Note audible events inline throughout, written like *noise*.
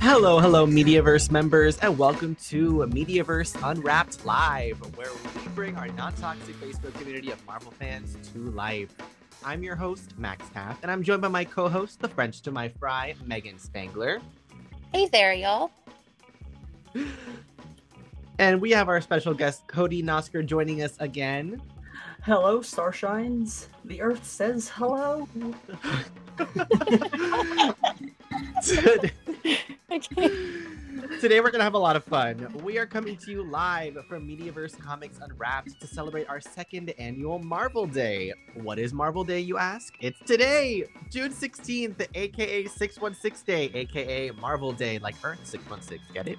Hello, hello, Mediaverse members, and welcome to Mediaverse Unwrapped Live, where we bring our non toxic Facebook community of Marvel fans to life. I'm your host, Max Taff, and I'm joined by my co host, the French to my fry, Megan Spangler. Hey there, y'all. And we have our special guest, Cody Nosker, joining us again. Hello, starshines. The Earth says hello. Today- Okay. Today we're gonna have a lot of fun. We are coming to you live from Mediaverse Comics Unwrapped to celebrate our second annual Marvel Day. What is Marvel Day, you ask? It's today, June 16th, aka 616 Day, aka Marvel Day, like Earth 616. Get it?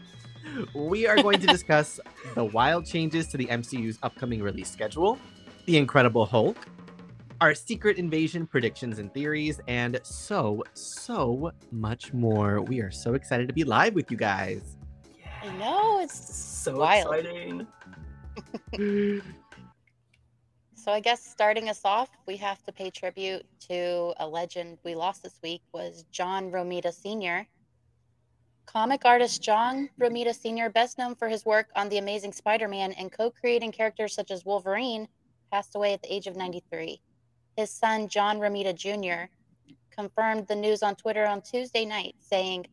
We are going to discuss the wild changes to the MCU's upcoming release schedule, The Incredible Hulk, our secret invasion predictions and theories, and so, so much more. We are so excited to be live with you guys. I Yeah. know it's So wild. *laughs* exciting. So I guess starting us off, we have to pay tribute to a legend we lost this week was John Romita Sr. Comic artist John Romita Sr., best known for his work on The Amazing Spider-Man and co-creating characters such as Wolverine, passed away at the age of 93. His son John Romita Jr. confirmed the news on Twitter on Tuesday night, saying,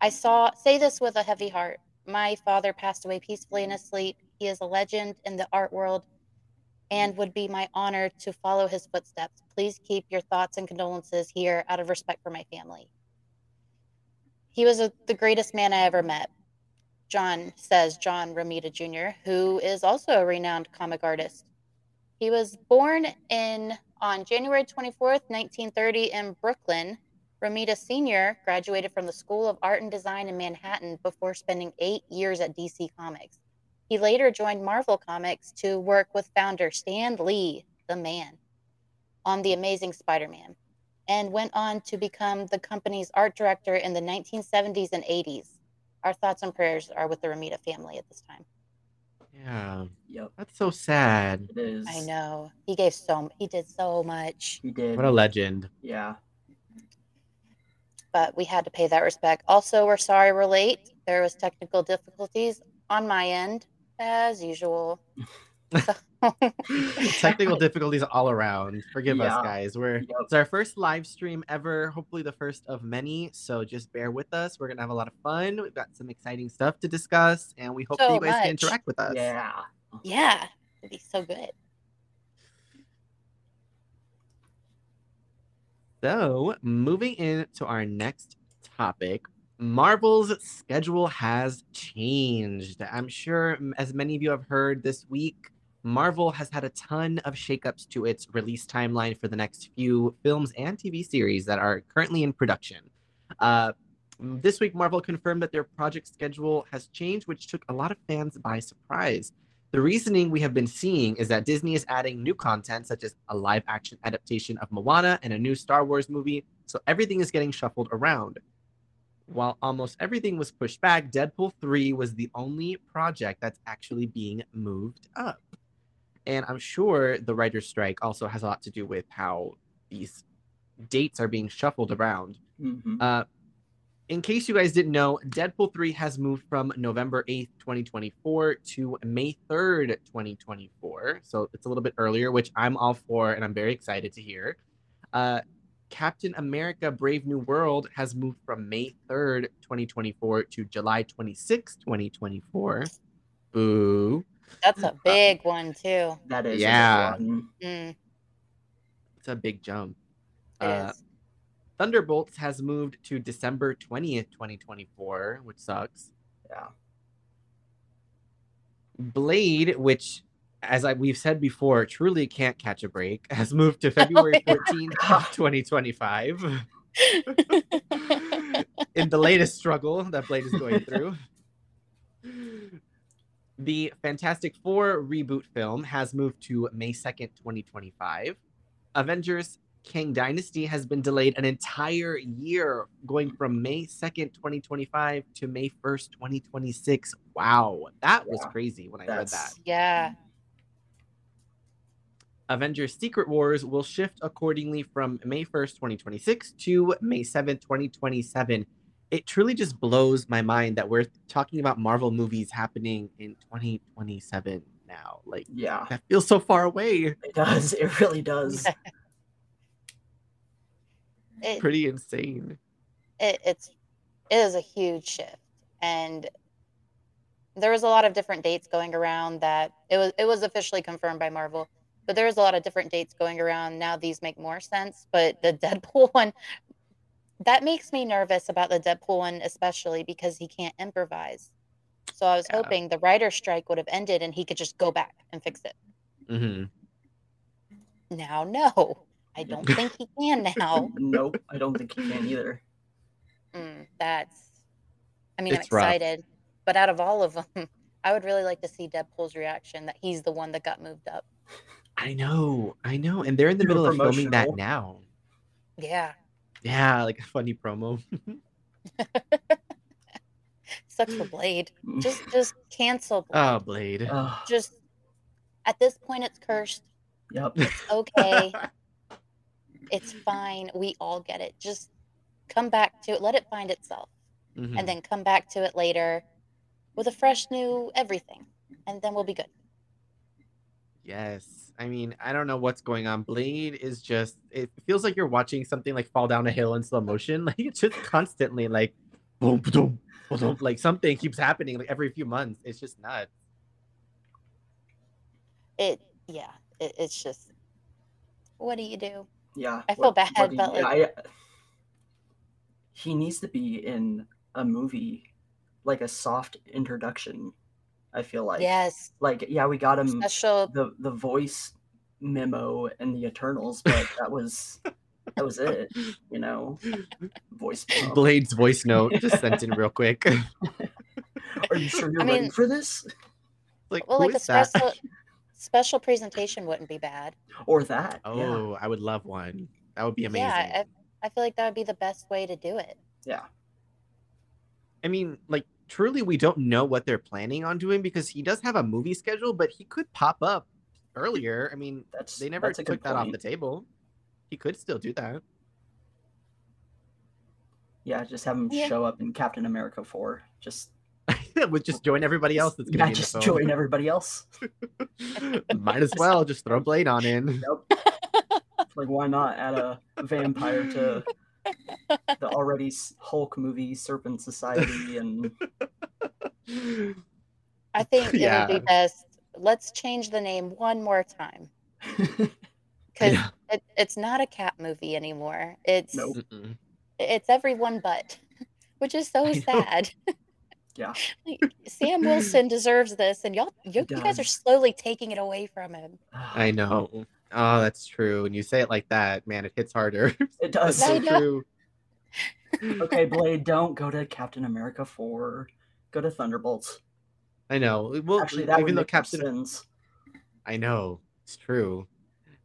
"I saw say this with a heavy heart. My father passed away peacefully in his sleep. He is a legend in the art world and would be my honor to follow his footsteps. Please keep your thoughts and condolences here out of respect for my family. He was a, the greatest man I ever met, John says, John Romita Jr., who is also a renowned comic artist. He was born in on January 24th, 1930 in Brooklyn. Romita Sr. graduated from the School of Art and Design in Manhattan before spending 8 years at DC Comics. He later joined Marvel Comics to work with founder Stan Lee, the man, on The Amazing Spider Man, and went on to become the company's art director in the 1970s and 80s. Our thoughts and prayers are with the Ramita family at this time. yeah, Yep, that's so sad. it is. I know he gave so he did so much, He did. What a legend. yeah. but we had to pay that respect. Also, we're sorry we're late. There was technical difficulties on my end, as usual. So- Technical difficulties all around. Forgive Yeah. us, guys. We're Yep. it's our first live stream ever. Hopefully, the first of many. So just bear with us. We're gonna have a lot of fun. We've got some exciting stuff to discuss, and we hope that So you guys much. can interact with us. Yeah. Yeah, it'd be so good. So, moving into our next topic, Marvel's schedule has changed. I'm sure, m- as many of you have heard this week, Marvel has had a ton of shakeups to its release timeline for the next few films and TV series that are currently in production. Uh, m- this week, Marvel confirmed that their project schedule has changed, which took a lot of fans by surprise. The reasoning we have been seeing is that Disney is adding new content, such as a live action adaptation of Moana and a new Star Wars movie, so everything is getting shuffled around. While almost everything was pushed back, Deadpool 3 was the only project that's actually being moved up. And I'm sure the writer's strike also has a lot to do with how these dates are being shuffled around. hmm Uh, in case you guys didn't know, Deadpool 3 has moved from November 8th, 2024 to May 3rd, 2024. So it's a little bit earlier, which I'm all for and I'm very excited to hear. Uh, Captain America Brave New World has moved from May 3rd, 2024 to July 26th, 2024. Boo. That's a big one too. That is. a good Yeah. one. Mm, It's a big jump. it Uh, is. Thunderbolts has moved to December 20th, 2024, which sucks. Yeah. Blade, which, as I, we've said before, truly can't catch a break, *laughs* has moved to February 14th, of 2025. *laughs* In the latest struggle that Blade is going through. The Fantastic Four reboot film has moved to May 2nd, 2025. Avengers Kang Dynasty has been delayed an entire year, going from May 2nd, 2025 to May 1st, 2026. Wow, that was Yeah, crazy when I read that. That's. yeah. Avengers Secret Wars will shift accordingly from May 1st, 2026 to May 7th, 2027. it truly just blows my mind that we're talking about Marvel movies happening in 2027 now. Like Yeah, that feels so far away. it does. *laughs* It *laughs* really does. It, Pretty insane. it, it's it is a huge shift and there was a lot of different dates going around that it was it was officially confirmed by marvel but there was a lot of different dates going around now these make more sense but the *laughs* deadpool one that makes me nervous about the deadpool one especially because he can't improvise so i was Yeah. hoping the writer strike would have ended and he could just go back and fix it Mhm. now no *laughs* i don't think he can now Nope, I don't think he can either. Mm, that's. I mean, It's I'm rough. excited, but out of all of them, *laughs* I would really like to see Deadpool's reaction that he's the one that got moved up. I know, I know, and they're in the Super middle of filming that promotional. now. Yeah, Yeah, like a funny promo. *laughs* sucks for Blade. Mm. Just, just cancel. Blade. Oh, Blade. Mm. Ugh, just at this point, it's cursed. *laughs* yep. Okay, it's fine. We all get it. Just come back to it. Let it find itself, Mhm. and then come back to it later with a fresh new everything, and then we'll be good. Yes. I mean, I don't know what's going on. Blade is just it feels like you're watching something like fall down a hill in slow motion. *laughs* Like it's just constantly like boom boom *laughs* boom like something keeps happening like every few months. It's just nuts. It, yeah, it, it's just. What do you do? Yeah. I feel bad, do but, you- like- I- he needs to be in a movie, like a soft introduction. I feel like. yes, Like yeah, we got Um, him special the the voice memo and the Eternals, but that was that was it. You know, *laughs* voice *laughs* memo. Blade's voice note just sent in real quick. *laughs* Are you sure you're I ready mean- for this like, well who like a is that? *laughs* special special presentation wouldn't be bad or that? Yeah. Oh, I would love one. That would be amazing. yeah I, I feel like that would be the best way to do it Yeah. I mean, like truly, we don't know what they're planning on doing because he does have a movie schedule, but he could pop up earlier. I mean, That's they never that's a took good that off point. the table. He could still do that. *laughs* Yeah, just have him Yeah. show up in Captain America four. Just Would just join everybody else that's yeah, gonna be just in the join *laughs* film. *laughs* everybody else. Might as well just throw Blade on in. *laughs* Like, why not add a vampire to *laughs* the already s- Hulk movie, Serpent Society, and i think it Yeah. would be best let's change the name one *laughs* more time because Yeah. it, it's not a cat movie anymore it's Nope. Mm-mm. it's everyone but *laughs* which is so I know. *laughs* sad Yeah. *laughs* Like, sam wilson deserves this and y'all you, He you guys are does. slowly taking it away from him *laughs* I know. Oh, that's true. When you say it like that, man, it hits harder. *laughs* that's it does. so I know. true. okay, Blade, don't go to Captain America four. Go to Thunderbolts. I know. Well, Actually, that even would though make Captain Captain sense. I know. It's true.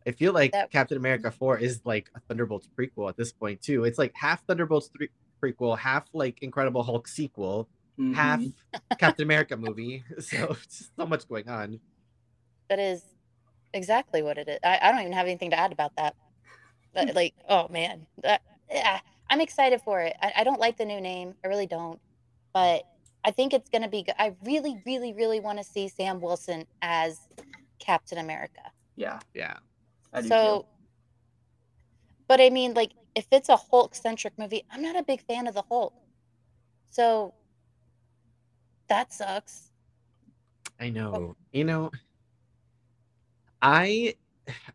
I feel like That- Captain America 4 is like a Thunderbolts prequel at this point, too. It's like half Thunderbolts 3 prequel, half like Incredible Hulk sequel, half Mhm. Captain America movie. *laughs* So it's just so much going on. that is exactly what it is. I, I don't even have anything to add about that. Hmm. But, like, oh man, that, yeah, I'm excited for it. I, I don't like the new name, I really don't, but I think it's gonna be good. I really, really, really want to see Sam Wilson as Captain America. Yeah, Yeah. I do So, but I mean, like, if it's a Hulk centric movie, I'm not a big fan of the Hulk, so that sucks. I know. You know, I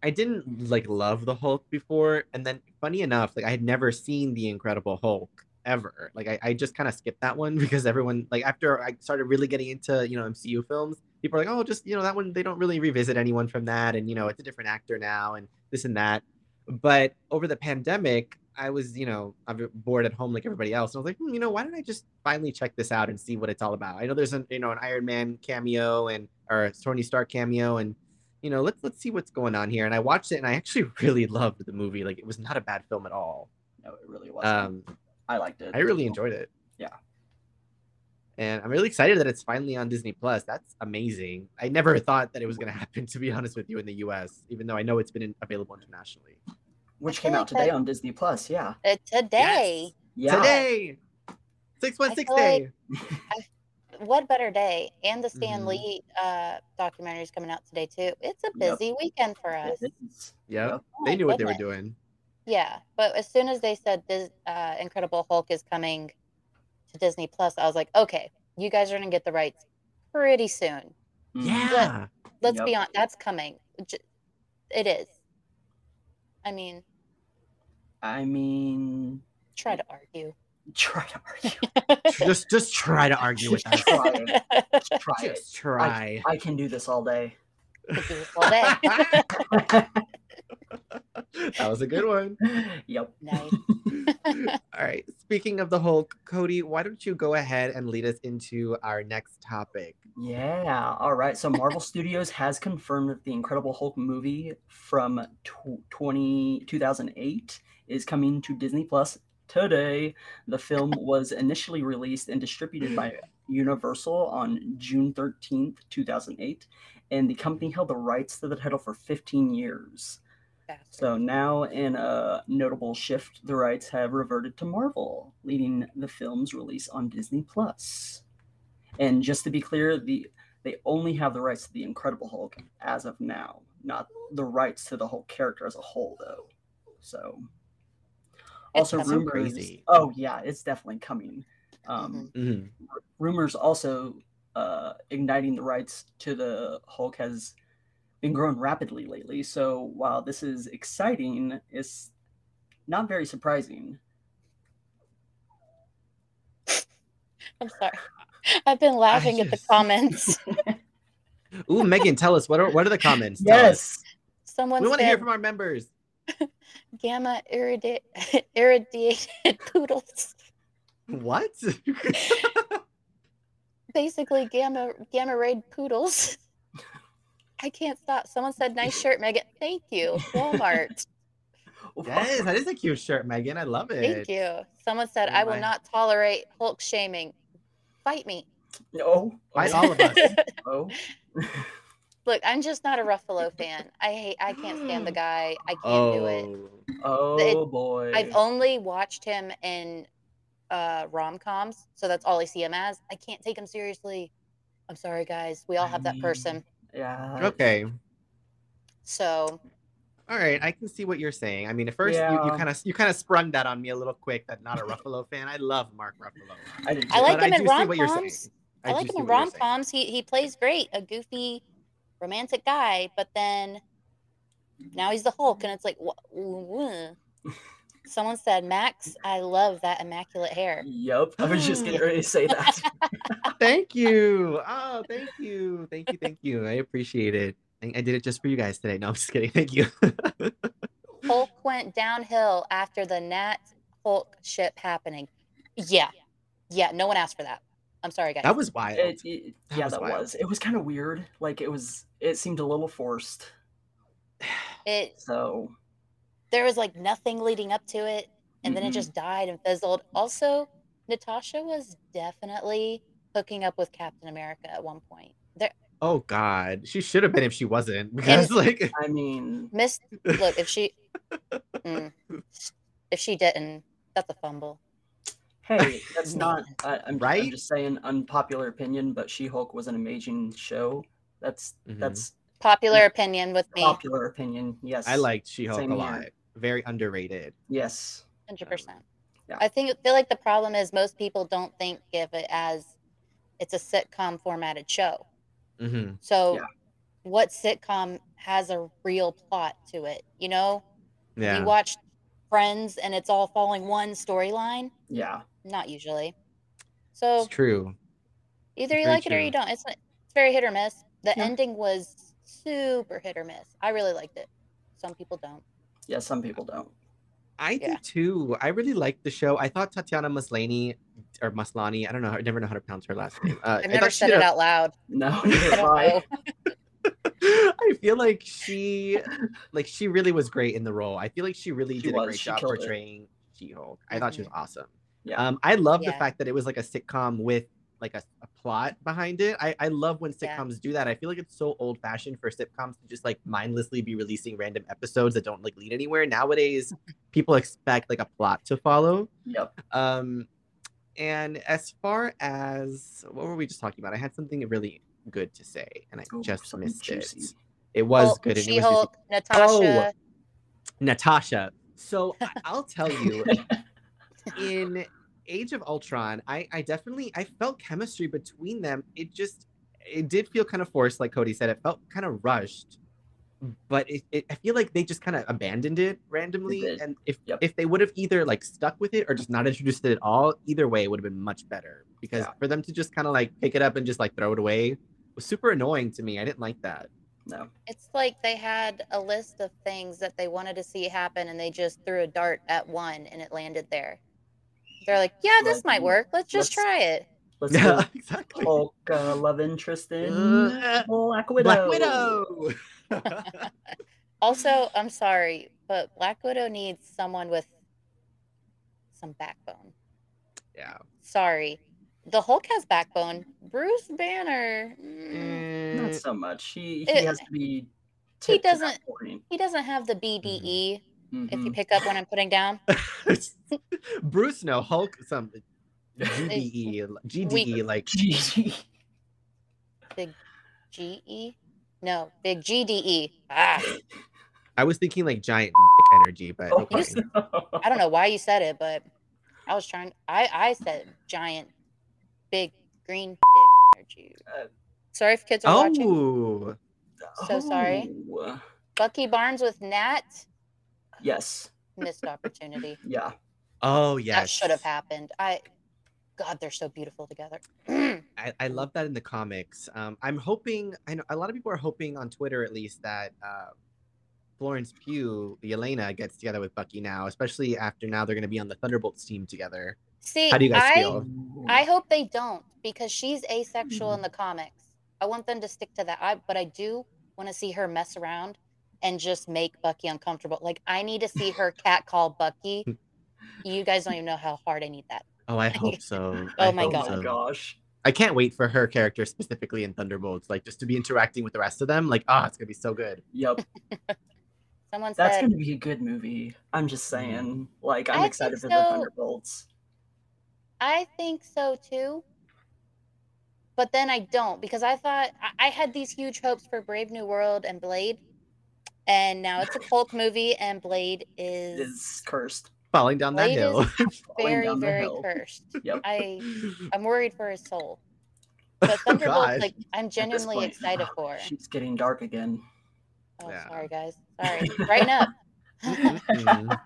I didn't like love the Hulk before, and then funny enough, like I had never seen the Incredible Hulk ever. Like I, I just kind of skipped that one *laughs* because everyone like after I started really getting into you know MCU films, people are like, oh, just you know that one they don't really revisit anyone from that, and you know it's a different actor now and this and that. But over the pandemic, I was you know I'm bored at home like everybody else, and I was like, hmm, you know, why don't I just finally check this out and see what it's all about? I know there's an you know an Iron Man cameo and or a Tony Stark cameo and you know, let's let's see what's going on here. And I watched it, and I actually *laughs* really loved the movie. Like, it was not a bad film at all. No, it really wasn't. Um, I liked it. I really enjoyed it. Yeah. And I'm really excited that it's finally on Disney Plus. That's amazing. I never thought that it was going to *laughs* happen, to be honest with you, in the U.S. Even though I know it's been in, available internationally. which I came feel out like today that- on Disney Plus. Yeah, Uh, today, Yes. yeah. Today, 616 I feel day. like- What better day? And the Stan Mm-hmm. Mhm. Lee uh, documentary is coming out today too. It's a Yep. busy weekend for us. It's- yep. Yep. They My knew what they were goodness. doing. Yeah, but as soon as they said this uh, Incredible Hulk is coming to Disney Plus, I was like, okay, you guys are gonna get the rights pretty soon. Hmm. Mm. Yeah. Let's be Yep. on. That's coming. J- It is. I mean, I mean, *laughs* try to argue. try to argue. just just try to argue with *laughs* us. *laughs* *laughs* Try it. Try it. Just try. I can do this all day. *laughs* Could do this all day. *laughs* that was a good one. yep. nice. All right. Speaking of the Hulk, Cody, why don't you go ahead and lead us into our next topic? Yeah. All right. So Marvel Studios has confirmed that the Incredible Hulk movie from tw 20, 2008 is coming to Disney Plus today. The film was initially released and distributed by Universal on June 13th, 2008, and the company held the rights to the title for 15 years. So now, in a notable shift, the rights have reverted to Marvel, leading the film's release on Disney Plus. And just to be clear, the they only have the rights to the Incredible Hulk as of now, not the rights to the Hulk character as a whole, though. So, also That's so rumors. crazy. Oh yeah, it's definitely coming. Um, Mhm. Mhm. rumors also uh, igniting the rights to the Hulk has been growing rapidly lately. So while this is exciting, it's not very surprising. I'm sorry. *laughs* I've been *laughs* laughing at the just- comments. Ooh, Megan, tell us what are what are the comments? Tell us. Yes, Someone We want to said hear from our members. gamma irradi- *laughs* irradiated *laughs* poodles. *laughs* What? Basically, gamma gamma rayed poodles. I can't stop. Someone said, "Nice shirt, Megan." Thank you, Walmart. Oh, yes, that is a cute shirt, Megan. I love it. Thank you. Someone said, Oh "I will my. not tolerate Hulk shaming. Fight me." no, By oh, all of *laughs* us. *laughs* oh. Look, I'm just not a Ruffalo fan. I hate. I can't stand the guy. I can't do it. Oh. oh boy. I've only watched him in uh, rom coms, so that's all I see him as. I can't take him seriously. I'm sorry, guys. We all I have that mean- person. yeah. Okay. So All right, I can see what you're saying. I mean, at first you Yeah. kind of you kind of sprung that on me a little quick. That not a Ruffalo fan. I love Mark Ruffalo. I did I like But him in do see what you're rom-coms. saying. I, like do him see in what you're rom saying. coms. He he plays great, a goofy, romantic guy. But then now he's the Hulk, and it's like wha- *laughs* wuh. someone said, Max, I love that immaculate hair. Yep. I was just getting Hmm. ready to say that. *laughs* Thank you. Oh, thank you. Thank you. Thank you. I appreciate it. I, I did it just for you guys today. No, I'm just kidding. Thank *laughs* you. Hulk went downhill after the Nat Hulk ship happening. Yeah, yeah. No one asked for that. I'm sorry, guys. that was wild. It, it- That yeah, was that wild. was. It was kind of weird. Like it was. It seemed a little forced. it So there was like nothing leading up to it and then it Mhm. just died and fizzled also natasha was definitely hooking up with captain america at one point there oh God, she should have been if she *laughs* wasn't because like I mean, miss look if *laughs* she Mm. if she didn't that's a fumble hey, *laughs* that's not. I, I'm, Right? I'm just saying unpopular opinion, but She Hulk was an amazing show. That's Mhm. that's popular opinion with me popular opinion. Yes, I liked She-Hulk Same a here. lot. Very underrated. Yes, 100% Yeah. i think feel like the problem is most people don't think of it as it's a sitcom formatted show hmm so Yeah. what sitcom has a real plot to it you know Yeah. you watch Friends and it's all following one storyline? yeah. Not usually. So It's true. either you very like it or you true. don't. It's it's very hit or miss. The Yeah. ending was super hit or miss. I really liked it. Some people don't. Yeah, some people don't. *laughs* I Yeah. did too. I really liked the show. I thought Tatiana Maslany or Maslani, I don't know, I never know how to pronounce her last name. Uh, I've I never thought she said did it a- out loud. *laughs* No, I don't know. *laughs* I feel like she, like she really was great in the role. I feel like she really She did a was. great She job killed it. portraying She-Hulk. I thought she was awesome. Yeah. Um, I love the Mm-hmm. Yeah. fact that it was like a sitcom with like a, a plot behind it. I, I love when Yeah. sitcoms do that. I feel like it's so old fashioned for sitcoms to just like mindlessly be releasing random episodes that don't like lead *laughs* anywhere. Nowadays, people expect like a plot to follow. Yep. Um, And as far as what were we just talking about? I had something really good to say, and I Ooh, just something missed it. juicy. It was Hulk, good. And it was juicy. She-Hulk, Natasha. Oh. Natasha. So *laughs* I- I'll tell you, in Age of Ultron, I, I definitely I felt chemistry between them. It just it did feel kind of forced, like Cody said. It felt kind of rushed, but it, it I feel like they just kind of abandoned it randomly. did. and if Yep. if they would have either like stuck with it or just not introduced it at all, either way it would have been much better. Because Yeah. for them to just kind of like pick it up and just like throw it away was super annoying to me. I didn't like that. *laughs* no. It's like they had a list of things that they wanted to see happen and they just threw a dart at one and it landed there. They're like, yeah, this Like, might work. Let's just let's- try it. Let's Yeah, go. *laughs* exactly. Hulk uh, love *laughs* interest in Uh, Black Widow. Black Widow. Also, I'm sorry, but Black Widow needs someone with some backbone. yeah. Sorry. The Hulk has backbone. Bruce Banner, mm, Not *laughs* Eh, so much. He he It- has to be. tipped to that doesn't- point. he doesn't have the BDE, if you Mhm. pick up what I'm putting down. Bruce, no Hulk, some *laughs* Mm-hmm. *laughs* E, GDE, GDE, like GG. GE? E? No, big GDE. Ah, I was thinking like giant *laughs* energy, but Oh, okay. no. I don't know why you said it, but I was trying. I I said giant, big green dick energy. Uh, Sorry if kids are watching. Oh, So sorry. Oh. Bucky Barnes with Nat Yes. missed opportunity. Yeah. oh yes, That should have happened. I, God, they're so beautiful together. *clears throat* They're I, I love that in the comics. Um, I'm hoping. I know a lot of people are hoping on Twitter, at least, that uh, Florence Pugh, Elena, gets together with Bucky now, especially after now they're going to be on the Thunderbolts team together. See, How do you guys I feel? I hope they don't because she's asexual Mm-hmm. in the comics. I want them to stick to that. I, but I do want to see her mess around and just make Bucky uncomfortable. Like I need to *laughs* see her catcall Bucky. You guys don't even know how hard I need that. Oh, *laughs* I hope so. Oh I my hope God. so. gosh. I can't wait for her character specifically in Thunderbolts, like just to be interacting with the rest of them. Like, ah, it's gonna be so good. *laughs* Yep. Someone That's said gonna be a good movie. I'm just saying. Like I I'm think excited for the so. Thunderbolts. I think so too. But then I don't because I thought I, I had these huge hopes for Brave New World and Blade. And now it's a Hulk movie and Blade It is Is cursed. Falling down that Blade hill. falling very, down the very hill. cursed. *laughs* Yep. I *laughs* I'm worried for his soul. But Thunderbolts, God. like I'm At this genuinely point, excited for. She's getting dark again. Oh, Yeah. sorry guys. Sorry. Brighten up. Mm-mm.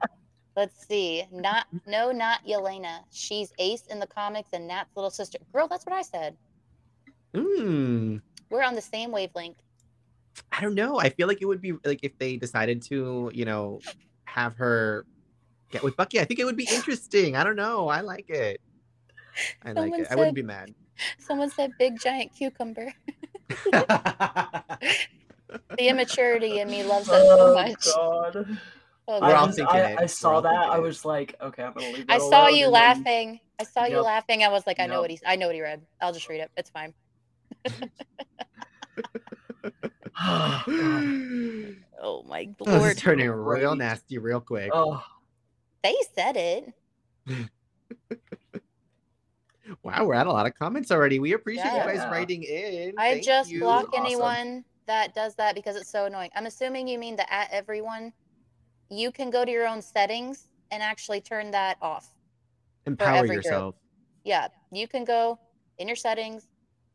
Let's see. Not no, not Yelena. She's Ace in the comics and Nat's little sister. Girl, that's what I said. Mm. We're on the same wavelength. *laughs* I don't know. I feel like it would be like if they decided to, you know, have her get with Bucky. I think it would be interesting. I don't know. I like it. I like Someone it. I wouldn't said- be *laughs* mad. *laughs* Someone said big giant cucumber. The immaturity in me loves that so much. Oh, *laughs* God. Oh, We're all I, God. just- thinking I- it. I We're saw all that. thinking I it. was like, okay, I'm gonna leave. I that saw alone, you and then- laughing. I saw you Yep. laughing. I was like, I know Yep. what he's I know what he read. I'll just read it. It's fine. God. Oh my Oh, this lord. is turning real Great. nasty real quick. *gasps* Oh, They said it. Wow, we're at a lot of comments already. We appreciate you guys Yeah. writing in. I Thank just you. block Awesome. anyone that does that because it's so annoying. I'm assuming you mean the at everyone. You can go to your own settings and actually turn that off. Empower every group. yourself. Yeah, you can go in your settings.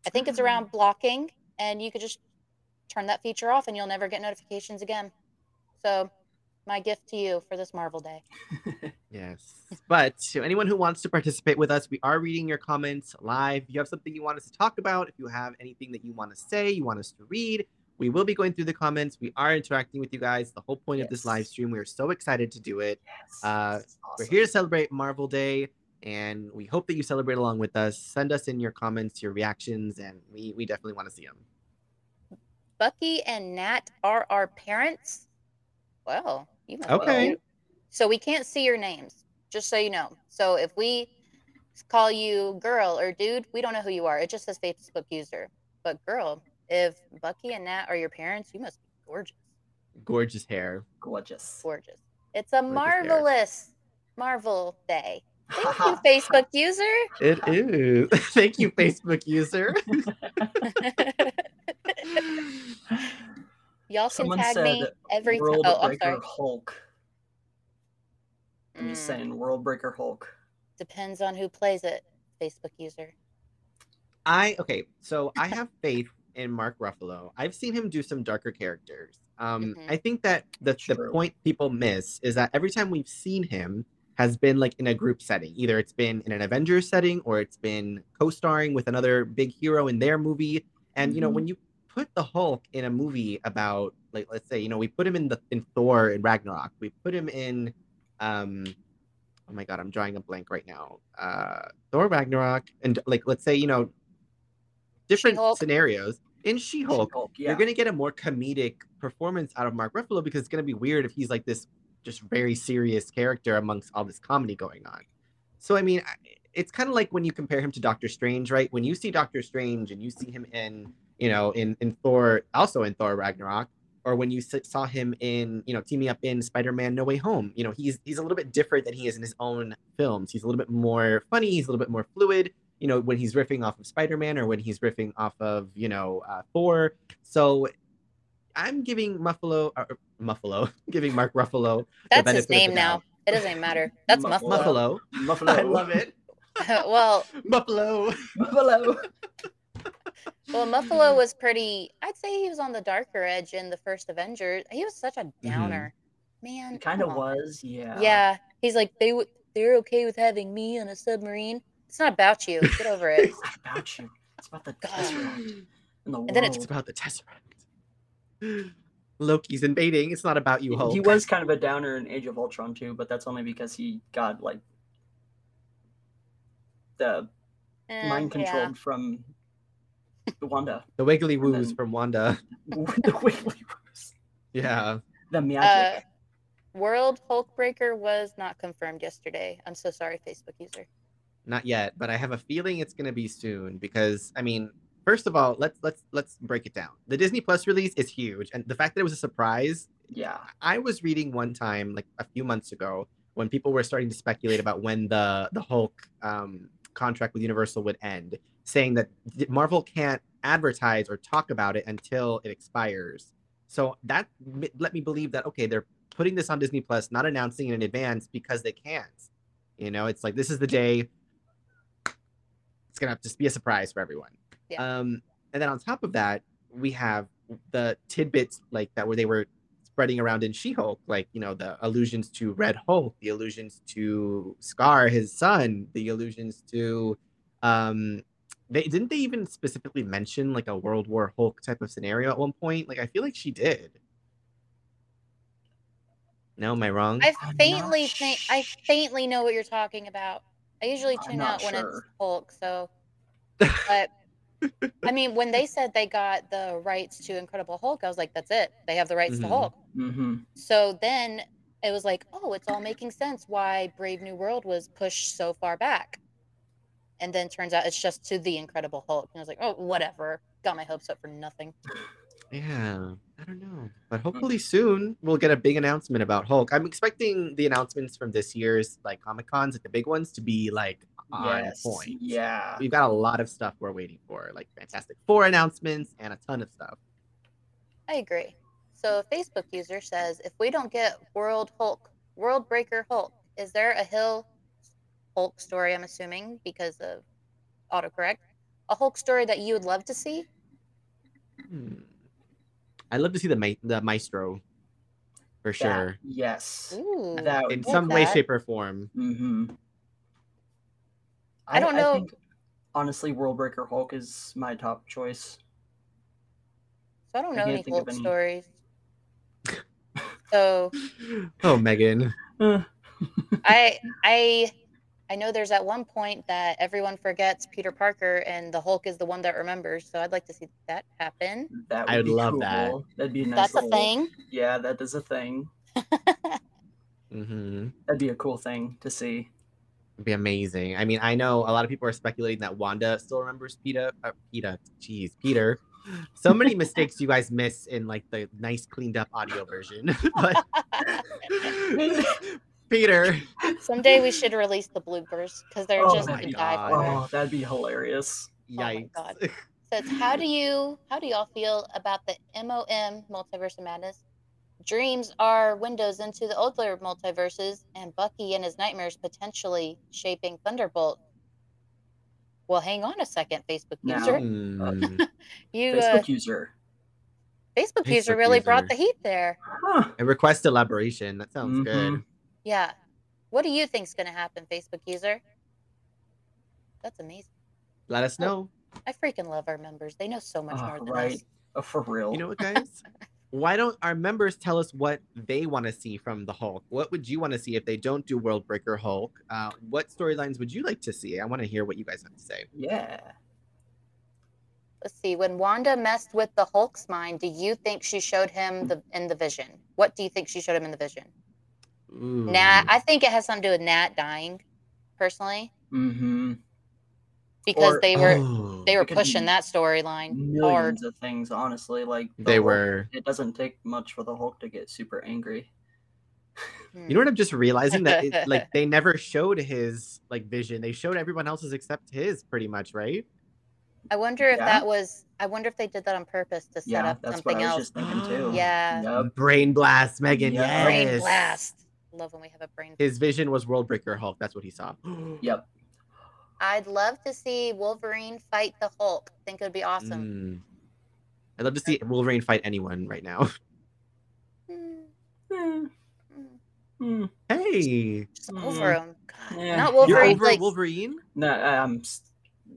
I think it's around blocking, and you could just turn that feature off, and you'll never get notifications again. So, my gift to you for this Marvel Day. Yes. But to anyone who wants to participate with us, we are reading your comments live. If you have something you want us to talk about, if you have anything that you want to say, you want us to read, we will be going through the comments. We are interacting with you guys. The whole point of this Yes. live stream, we are so excited to do it. yes. Uh, this is We're awesome. here to celebrate Marvel Day, and we hope that you celebrate along with us. Send us in your comments, your reactions, and we, we definitely want to see them. Bucky and Nat are our parents. Well, you must be Okay. cute. So we can't see your names, just so you know. So if we call you girl or dude, we don't know who you are. It just says Facebook user. But girl, if Bucky and Nat are your parents, you must be gorgeous. Gorgeous hair. Gorgeous. Gorgeous. It's a Gorgeous hair. marvelous Marvel day. *laughs* Thank you, Facebook user. *laughs* It is. *laughs* Thank you, Facebook user. Y'all can Someone tag said me every time. World Oh, I'm sorry. Breaker Hulk. I'm just Mm, saying, World Breaker Hulk. Depends on who plays it, Facebook user. I okay, so I have faith in Mark Ruffalo. I've seen him do some darker characters. Um, Mhm. I think that the, the True. point people miss is that every time we've seen him has been like in a group setting. Either it's been in an Avengers setting or it's been co-starring with another big hero in their movie. And you know, Mhm. when you put the Hulk in a movie about like let's say, you know, we put him in the in Thor and Ragnarok. We put him in um oh my god, I'm drawing a blank right now. Uh Thor Ragnarok and like let's say, you know, different She-Hulk. scenarios in She-Hulk, Hulk. Yeah. you're going to get a more comedic performance out of Mark Ruffalo because it's going to be weird if he's like this just very serious character amongst all this comedy going on. So I mean, I- it's kind of like when you compare him to Doctor Strange, right? When you see Doctor Strange and you see him in, you know, in in Thor, also in Thor Ragnarok, or when you s- saw him in, you know, teaming up in Spider-Man No Way Home, you know, he's he's a little bit different than he is in his own films. He's a little bit more funny, he's a little bit more fluid, you know, when he's riffing off of Spider-Man or when he's riffing off of, you know, uh, Thor. So I'm giving Muffalo, uh, Muffalo, *laughs* giving Mark Ruffalo, That's benefit of his the name now. doubt. It doesn't even matter. That's Muffalo. Muffalo. *laughs* Muffalo. I love *laughs* it, *laughs* well, Muffalo. *laughs* Muffalo. well, Muffalo was pretty. I'd say he was on the darker edge in the first Avengers. He was such a downer, man. It kind of come on. Mm-hmm. was, yeah. Yeah, he's like they would. They're okay with having me on a submarine. It's not about you. Get over it. It's not about you. It's about the God. *gasps* Tesseract and the world. And then it's It's about the Tesseract. Loki's invading. It's not about you, Hulk. He was kind of a downer in Age of Ultron too, but that's only because he got like the Eh, *laughs* mind controlled yeah. from the Wanda, *laughs* the Wiggly Woos then- from Wanda. the Wiggly Worms, Yeah. the Uh, magic. World Hulkbreaker was not confirmed yesterday. I'm so sorry, Facebook user. not yet but i have a feeling it's going to be soon because i mean first of all let's let's let's break it down the disney plus release is huge and the fact that it was a surprise yeah, i was reading one time like a few months ago when people were starting to speculate about when the the hulk um, contract with universal would end saying that d- marvel can't advertise or talk about it until it expires so that m- let me believe that okay they're putting this on disney plus not announcing it in advance because they can't you know it's like this is the day it's gonna just be a surprise for everyone. Yeah. Um, and then on top of that, we have the tidbits like that where they were spreading around in She-Hulk, like you know the allusions to Red Hulk, the allusions to Scar, his son, the allusions to, um, they didn't they even specifically mention like a World War Hulk type of scenario at one point? Like I feel like she did. No, am I wrong? I I'm not faintly think I sh- faintly know what you're talking about. I usually I'm tune not out when it's sure. Hulk, *laughs* so but I mean when they said they got the rights to Incredible Hulk, I was like, that's it. They have the rights Mhm. to Hulk. hmm So then it was like, oh, it's all making sense why Brave New World was pushed so far back. And then turns out it's just to the Incredible Hulk. And I was like, oh, whatever. Got my hopes up for nothing. Yeah, I don't know. But hopefully soon we'll get a big announcement about Hulk. I'm expecting the announcements from this year's like Comic Cons, like the big ones, to be like on Yes. point. Yeah. We've got a lot of stuff we're waiting for, like Fantastic Four announcements and a ton of stuff. I agree. So a Facebook user says, if we don't get World Hulk, World Breaker Hulk, is there a Hill Hulk story? I'm assuming because of autocorrect, a Hulk story that you would love to see. Hmm. I'd love to see the ma- the Maestro for sure, That- yes. Ooh, Oh, That. in like some way, that. shape, or form. hmm I don't know. I think, honestly, World Breaker Hulk is my top choice. so I don't I know can't any think of Hulk any. *laughs* stories. So Oh, Megan. Eh, I I I know there's at one point that everyone forgets Peter Parker and the Hulk is the one that remembers. So I'd like to see that happen. that would I would be love cool. that. That'd be a nice That's a little- thing. Yeah, that is a thing. hmm That'd be a cool thing to see. It'd be amazing. I mean, I know a lot of people are speculating that Wanda still remembers Peter. Uh, Peter, jeez, Peter. So many mistakes you guys *laughs* *laughs* miss in like the nice cleaned up audio version. but Peter. Someday we should release the bloopers because they're Oh just my God. a dive. bar. Oh, that'd be hilarious. Oh my Yikes. God. *laughs* So it's how do you how do y'all feel about the MOM multiverse of madness? Dreams are windows into the older multiverses, and Bucky and his nightmares potentially shaping Thunderbolt. Well, hang on a second, Facebook No. user. Hmm. You Facebook uh, user. Facebook user Facebook really brought user. the heat there. Huh. I request elaboration. That sounds good. Mhm. Yeah. What do you think's gonna happen, Facebook user? That's amazing. Let us know. I freaking love our members. They know so much Ah, more than right. us. Oh, for real. You know what, guys? Why don't our members tell us what they want to see from the Hulk? What would you want to see if they don't do Worldbreaker Hulk? Uh, what storylines would you like to see? I want to hear what you guys have to say. yeah. Let's see. When Wanda messed with the Hulk's mind, do you think she showed him the in the vision? What do you think she showed him in the vision? Ooh. Nat, I think it has something to do with Nat dying, personally, Mm-hmm. because Or- they were *gasps* Oh. they were It could pushing be that storyline hard. Millions of things, honestly. Like the They Hulk- were. It doesn't take much for the Hulk to get super angry. Hmm. You know what I'm just realizing that it, *laughs* like they never showed his like vision. They showed everyone else's except his, pretty much, right? I wonder if Yeah. that was. I wonder if they did that on purpose to set Yeah, up that's what something I was else. just thinking too. *gasps* Yeah. Yep. Brain blast, Megan. Yeah. Yes. Brain blast. Love when we have a brain. His vision was Worldbreaker Hulk. That's what he saw. *gasps* Yep. I'd love to see Wolverine fight the Hulk. Think it would be awesome. Mm. I'd love to see Wolverine fight anyone right now. *laughs* Mm, Eh, mm, mm. Hey, Just over Mm. him. God, Yeah. Not You're you're Wolverine. over like, Wolverine. No, I'm s-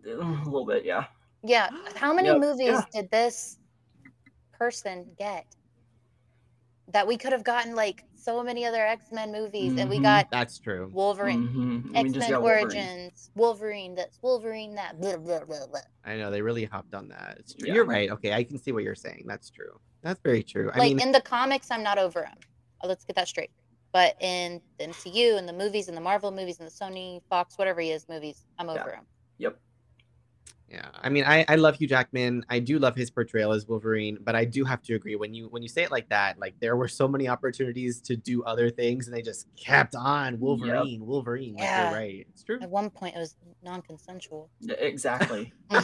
a little bit. Yeah. Yeah. How many Yep, movies yeah. did this person get? That we could have gotten like so many other X Men movies, and we Mhm. got That's true. Wolverine, Mhm. And we X just Men got Wolverine. Origins, Wolverine this, Wolverine that, blah, blah, blah, blah. I know they really hopped on that. It's true. Yeah. You're right. Okay, I can see what you're saying. That's true. That's very true. I like mean, in the comics, I'm not over him. Oh, let's get that straight. But in the MCU and the movies and the Marvel movies and the Sony, Fox, whatever he is, movies, I'm over him. Yep. yeah. I mean, I, I love Hugh Jackman. I do love his portrayal as Wolverine, but I do have to agree when you when you say it like that, like there were so many opportunities to do other things, and they just kept on Wolverine, Wolverine. Like, Yeah. You're right. It's true. At one point, it was *laughs* non-consensual. Yeah, *laughs* Exactly. *laughs*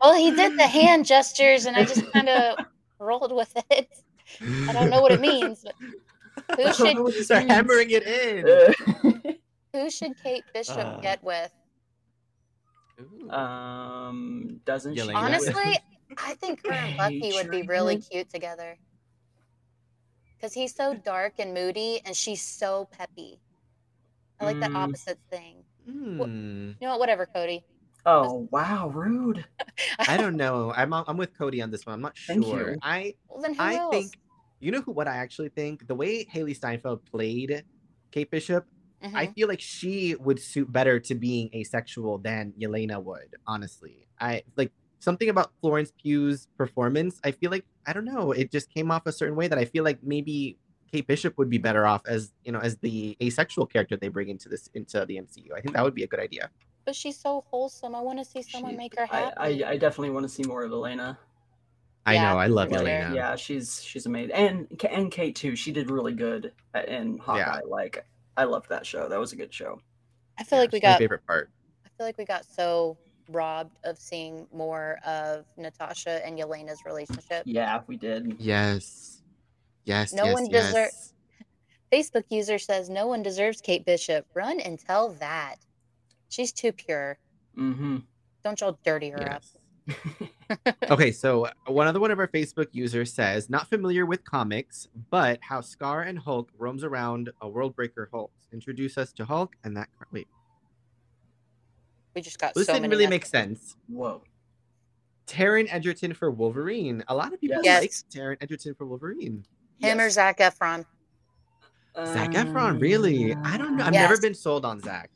well, he did the hand gestures, and I just kind of rolled with it. *laughs* I *laughs* don't know what it means, but *laughs* who should They're hammering it in. who should Kate Bishop Uh. get with? Ooh. Uh, um, doesn't she? Yelena. Honestly, *laughs* I think her and Bucky would be really Patriot. cute together. Because he's so dark and moody, and she's so peppy. I like that Mm. opposite thing. Hmm. You know what? Whatever, Cody. Oh wow, rude. I don't know. I'm I'm with Cody on this one. I'm not Thank sure. you. I Well, then who I else? think you know who what I actually think the way Haley Steinfeld played Kate Bishop. I Mhm. feel like she would suit better to being asexual than Yelena would. Honestly, I like something about Florence Pugh's performance. I feel like I don't know. It just came off a certain way that I feel like maybe Kate Bishop would be better off as you know as the asexual character they bring into this into the MCU. I think that would be a good idea. But she's so wholesome. I want to see someone She- make her I, I happy. I definitely want to see more of Elena. I Yeah, know. I love for sure. Yelena. Yeah, she's she's amazing, and K- and Kate too. She did really good a- in Hawkeye. Like I loved that show. That was a good show. I feel Yeah, like we she's my got. favorite part. I feel like we got so robbed of seeing more of Natasha and Yelena's relationship. Yeah, we did. Yes. Yes. No yes, one yes. deser- Facebook user says no one deserves Kate Bishop. Run and tell that. She's too pure. Mm-hmm. Don't y'all dirty her up. Yes. *laughs* okay, so uh, one other one of our Facebook users says, not familiar with comics, but how Scar and Hulk roams around a Worldbreaker Hulk. Introduce us to Hulk and that. Wait, We just got this so didn't many. really make messages. sense. Whoa. Taryn Edgerton for Wolverine. A lot of people Yes. like Taryn Edgerton for Wolverine. Him or Yes. Zach Efron. Zac Um, Efron, really? I don't know. I've never Yes. been sold on Zach.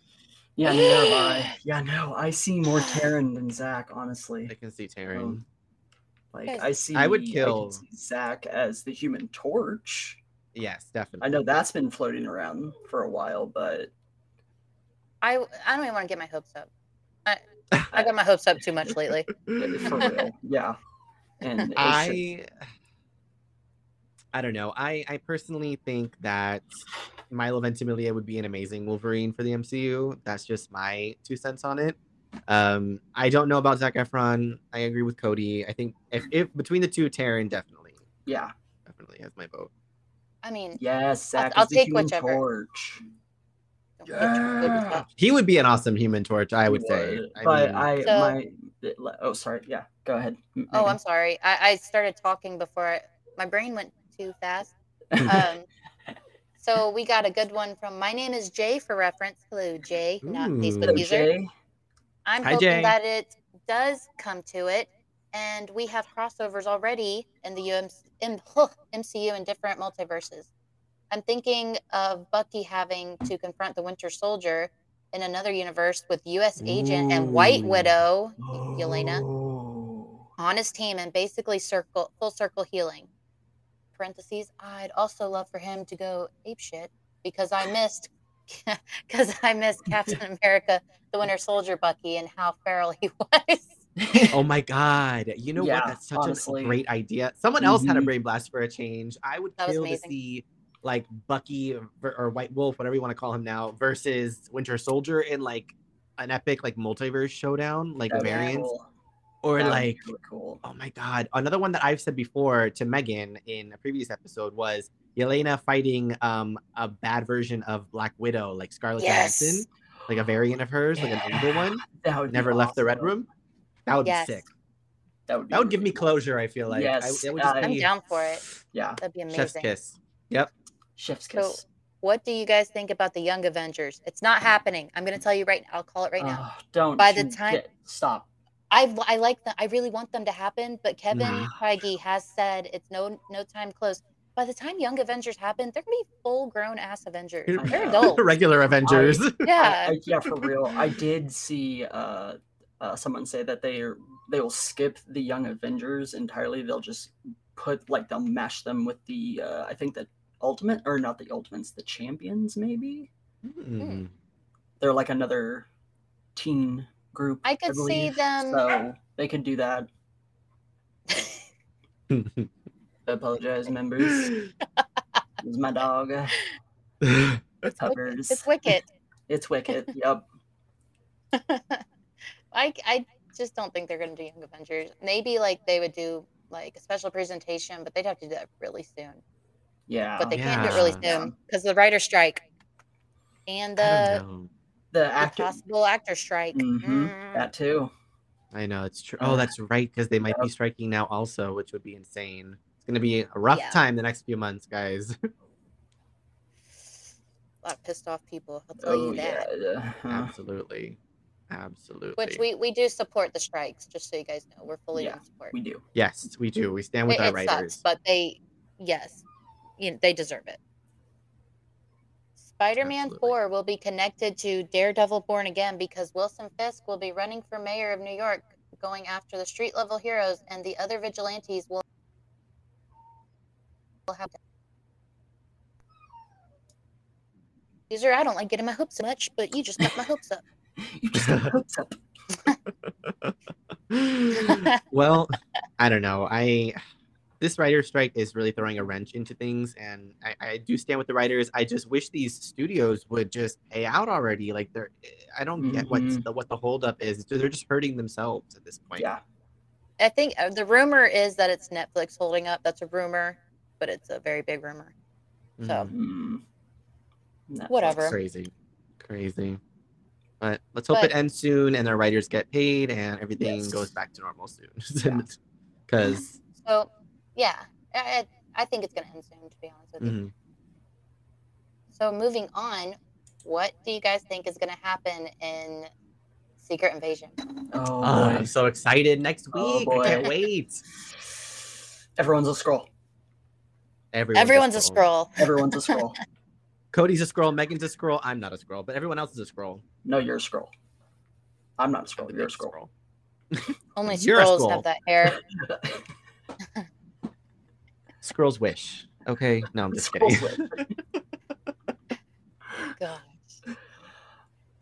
Yeah, neither have I. Yeah, no, I see more Taryn than Zach, honestly. Um, I can see Oh. Taryn. Like Guys, I see, I would can kill- see Zach as the Human Torch. Yes, I definitely. know *laughs* that's been floating around for a while, but I I don't even want to get my hopes up. I got my hopes up too much lately. *laughs* for real, yeah. And it's just- I I don't know. I, I personally think that Milo Ventimiglia would be an amazing Wolverine for the MCU. That's just my two cents on it. Um, I don't know about Zach Efron. I agree with Cody. I think if, if between the two, Taryn definitely, Yeah. definitely has my vote. I mean, Yes, I'll- Zach I'll is the take Human whichever. Torch. don't get your good Yeah. stuff. He would be an awesome Human Torch, I would He say. would, I but mean, I, So- my, oh, sorry. Yeah, go ahead. M- Oh, I'm Megan. sorry. I, I started talking before I, my brain went too *laughs* fast. Um, so we got a good one from my name is Jay for reference. Hello, Jay, not Ooh. Facebook Hello, user. Jay. I'm Hi, hoping Jay. that it does come to it, and we have crossovers already in *laughs* the UM, M- MCU and different multiverses. I'm thinking of Bucky having to confront the Winter Soldier in another universe with U.S. Agent and White Ooh. Widow, Y- Yelena, Oh. on his team, and basically circle full circle healing. Parentheses. I'd also love for him to go apeshit because I missed *laughs* because I *laughs* missed Captain America, the Winter Soldier, Bucky, and how feral he *laughs* was. oh my god! You know Yeah, what? That's such honestly. a great idea. Someone else had a Mhm. brain blast for a change. I would That was kill to amazing. see like Bucky ver- or White Wolf, whatever you want to call him now, versus Winter Soldier in like an epic like multiverse showdown, like That'd be variants, cool. or That would be like really cool. oh my god another one that i've said before to megan in a previous episode was yelena fighting um a bad version of black widow like scarlett Yes. johansson like a variant of hers like an evil one That would be never left the red awesome. room that would Yes. be sick That would, be that would give really me cool. closure i feel like Yes, I, that would just I- I'm be down for it. Yeah, That'd be chef's amazing. kiss Chef's So, kiss. What do you guys think about the Young Avengers? It's not happening. I'm gonna tell you right. I'll call it right now. Ugh, don't. By the you time- get- stop. I I like them. I really want them to happen, but Kevin Nah. Feige has said it's no no time close. By the time Young Avengers happen, they're gonna be full grown ass Avengers. I They're know. *laughs* adults. regular avengers I- *laughs* Yeah. I- yeah, for real. I did see uh, uh, someone say that they are they will skip the Young Avengers entirely. They'll just put like they'll mash them with the uh, I think the Ultimate or not the Ultimates, the Champions maybe. Hmm. *laughs* They're like another teen group. I could see believe, them- So they could do that. I apologize, *gasps* members. This is my dog. Hovers. it's wicked. It's wicked. *laughs* Yep. I I just don't think they're gonna do Young Avengers. Maybe like they would do like a special presentation, but they'd have to do that really soon. Oh, Yeah. But they can't do it really Yeah. soon because the writer strike and I the, don't know. the the actor possible actor strike. Mhm. Mm. that too. I know it's true. Oh, that's right, because they might be striking now also, which would be insane. It's gonna be a rough Yeah. time the next few months, guys. A lot of pissed off people. I'll tell Oh you that. yeah. uh-huh. Absolutely, absolutely. Which we, we do support the strikes, just so you guys know. We're fully Yeah, in support. *laughs* We do. yes, we do. We stand with it our it writers. sucks, but they, yes, you know, they deserve it. Spider Man Absolutely. 4 will be connected to Daredevil Born Again because Wilson Fisk will be running for mayor of New York, going after the street level heroes, and the other vigilantes will. will have. User, I don't like getting my hopes up much, but you just got my hopes up. You *laughs* just *laughs* got my hopes up. well, I don't know. I this writer strike is really throwing a wrench into things, and I, I do stand with the writers. I just wish these studios would just pay out already. Like they're, I don't get what's Mhm. the, what the holdup is. They're just hurting themselves at this point. Yeah. I think uh, the rumor is that it's Netflix holding up. That's a rumor, but it's a very big rumor. So- Mhm. Mm. Netflix. Whatever. crazy, crazy. But let's hope But- it ends soon and our writers get paid and everything Yes. goes back to normal Yeah. soon. *laughs* Because So, yeah, I, I I think it's going to end soon, to be honest with Mm-hmm. you. So, moving on, what do you guys think is going to happen in Secret Invasion? Oh, boy. Ah, I'm so excited next Oh, week. boy. I can't wait. Everyone's a scroll. Everyone's, Everyone's a scroll. Everyone's *laughs* a scroll. Cody's a scroll. Megan's a scroll. I'm not a scroll, but everyone else is a scroll. no, you're a scroll. I'm not a scroll. Everybody's Oh, You're a scroll. Only You're a scrolls scroll. have that *laughs* hair. Scrolls wish. Okay. No, I'm just Scroll kidding. flip. Gosh.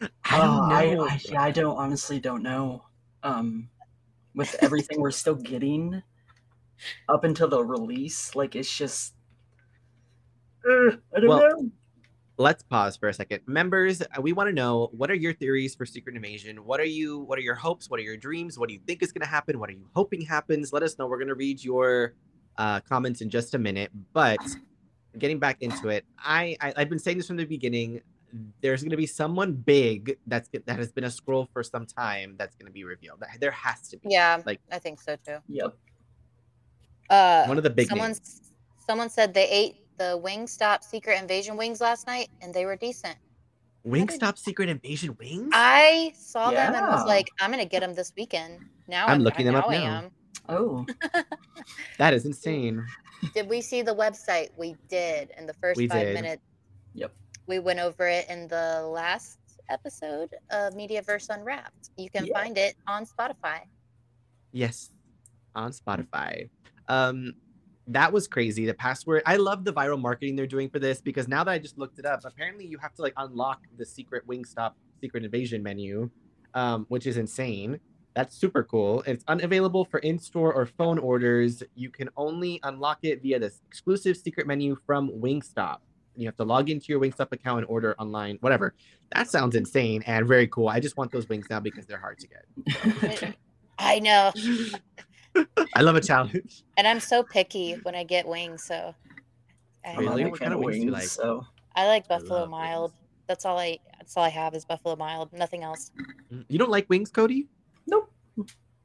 *laughs* I don't Uh, know. I, yeah, I don't honestly don't know. Um, with everything we're still getting up until the release, like it's just Uh, I don't Well, know. let's pause for a second members uh, we want to know what are your theories for secret invasion what are you what are your hopes what are your dreams what do you think is going to happen what are you hoping happens let us know we're going to read your uh, comments in just a minute but getting back into it I, I i've been saying this from the beginning there's going to be someone big that's that has been a scroll for some time that's going to be revealed That- there has to be Yeah, Like- I think so too. Yep. Uh, one of the big someone, names. someone said they ate the Wingstop Secret Invasion wings last night, and they were decent. wingstop secret invasion wings I saw them and Yeah. was like, I'm gonna get them this weekend. Now I'm I'm, looking them up I now. am. Oh, that is insane Did we see the website? We did in the first We five did. minutes. Yep. We went over it in the last episode of Mediaverse Unwrapped. You can Yeah. find it on Spotify. *laughs* Yes, on Spotify. Um, that was crazy. The password. I love the viral marketing they're doing for this because now that I just looked it up, apparently you have to like unlock the secret Wingstop secret invasion menu, um, which is insane. That's super cool. It's unavailable for in-store or phone orders. You can only unlock it via this exclusive secret menu from Wingstop. You have to log into your Wingstop account and order online, whatever. That sounds insane and very cool. I just want those wings now because they're hard to get. I know, I love a challenge. and I'm so picky when I get wings. So I, I'm not Really? a What fan kind of of wings do you like? So I like I Buffalo love wings. Mild. That's all I. That's all I have is Buffalo Mild. Nothing else. Mm, You don't like wings, Cody? nope.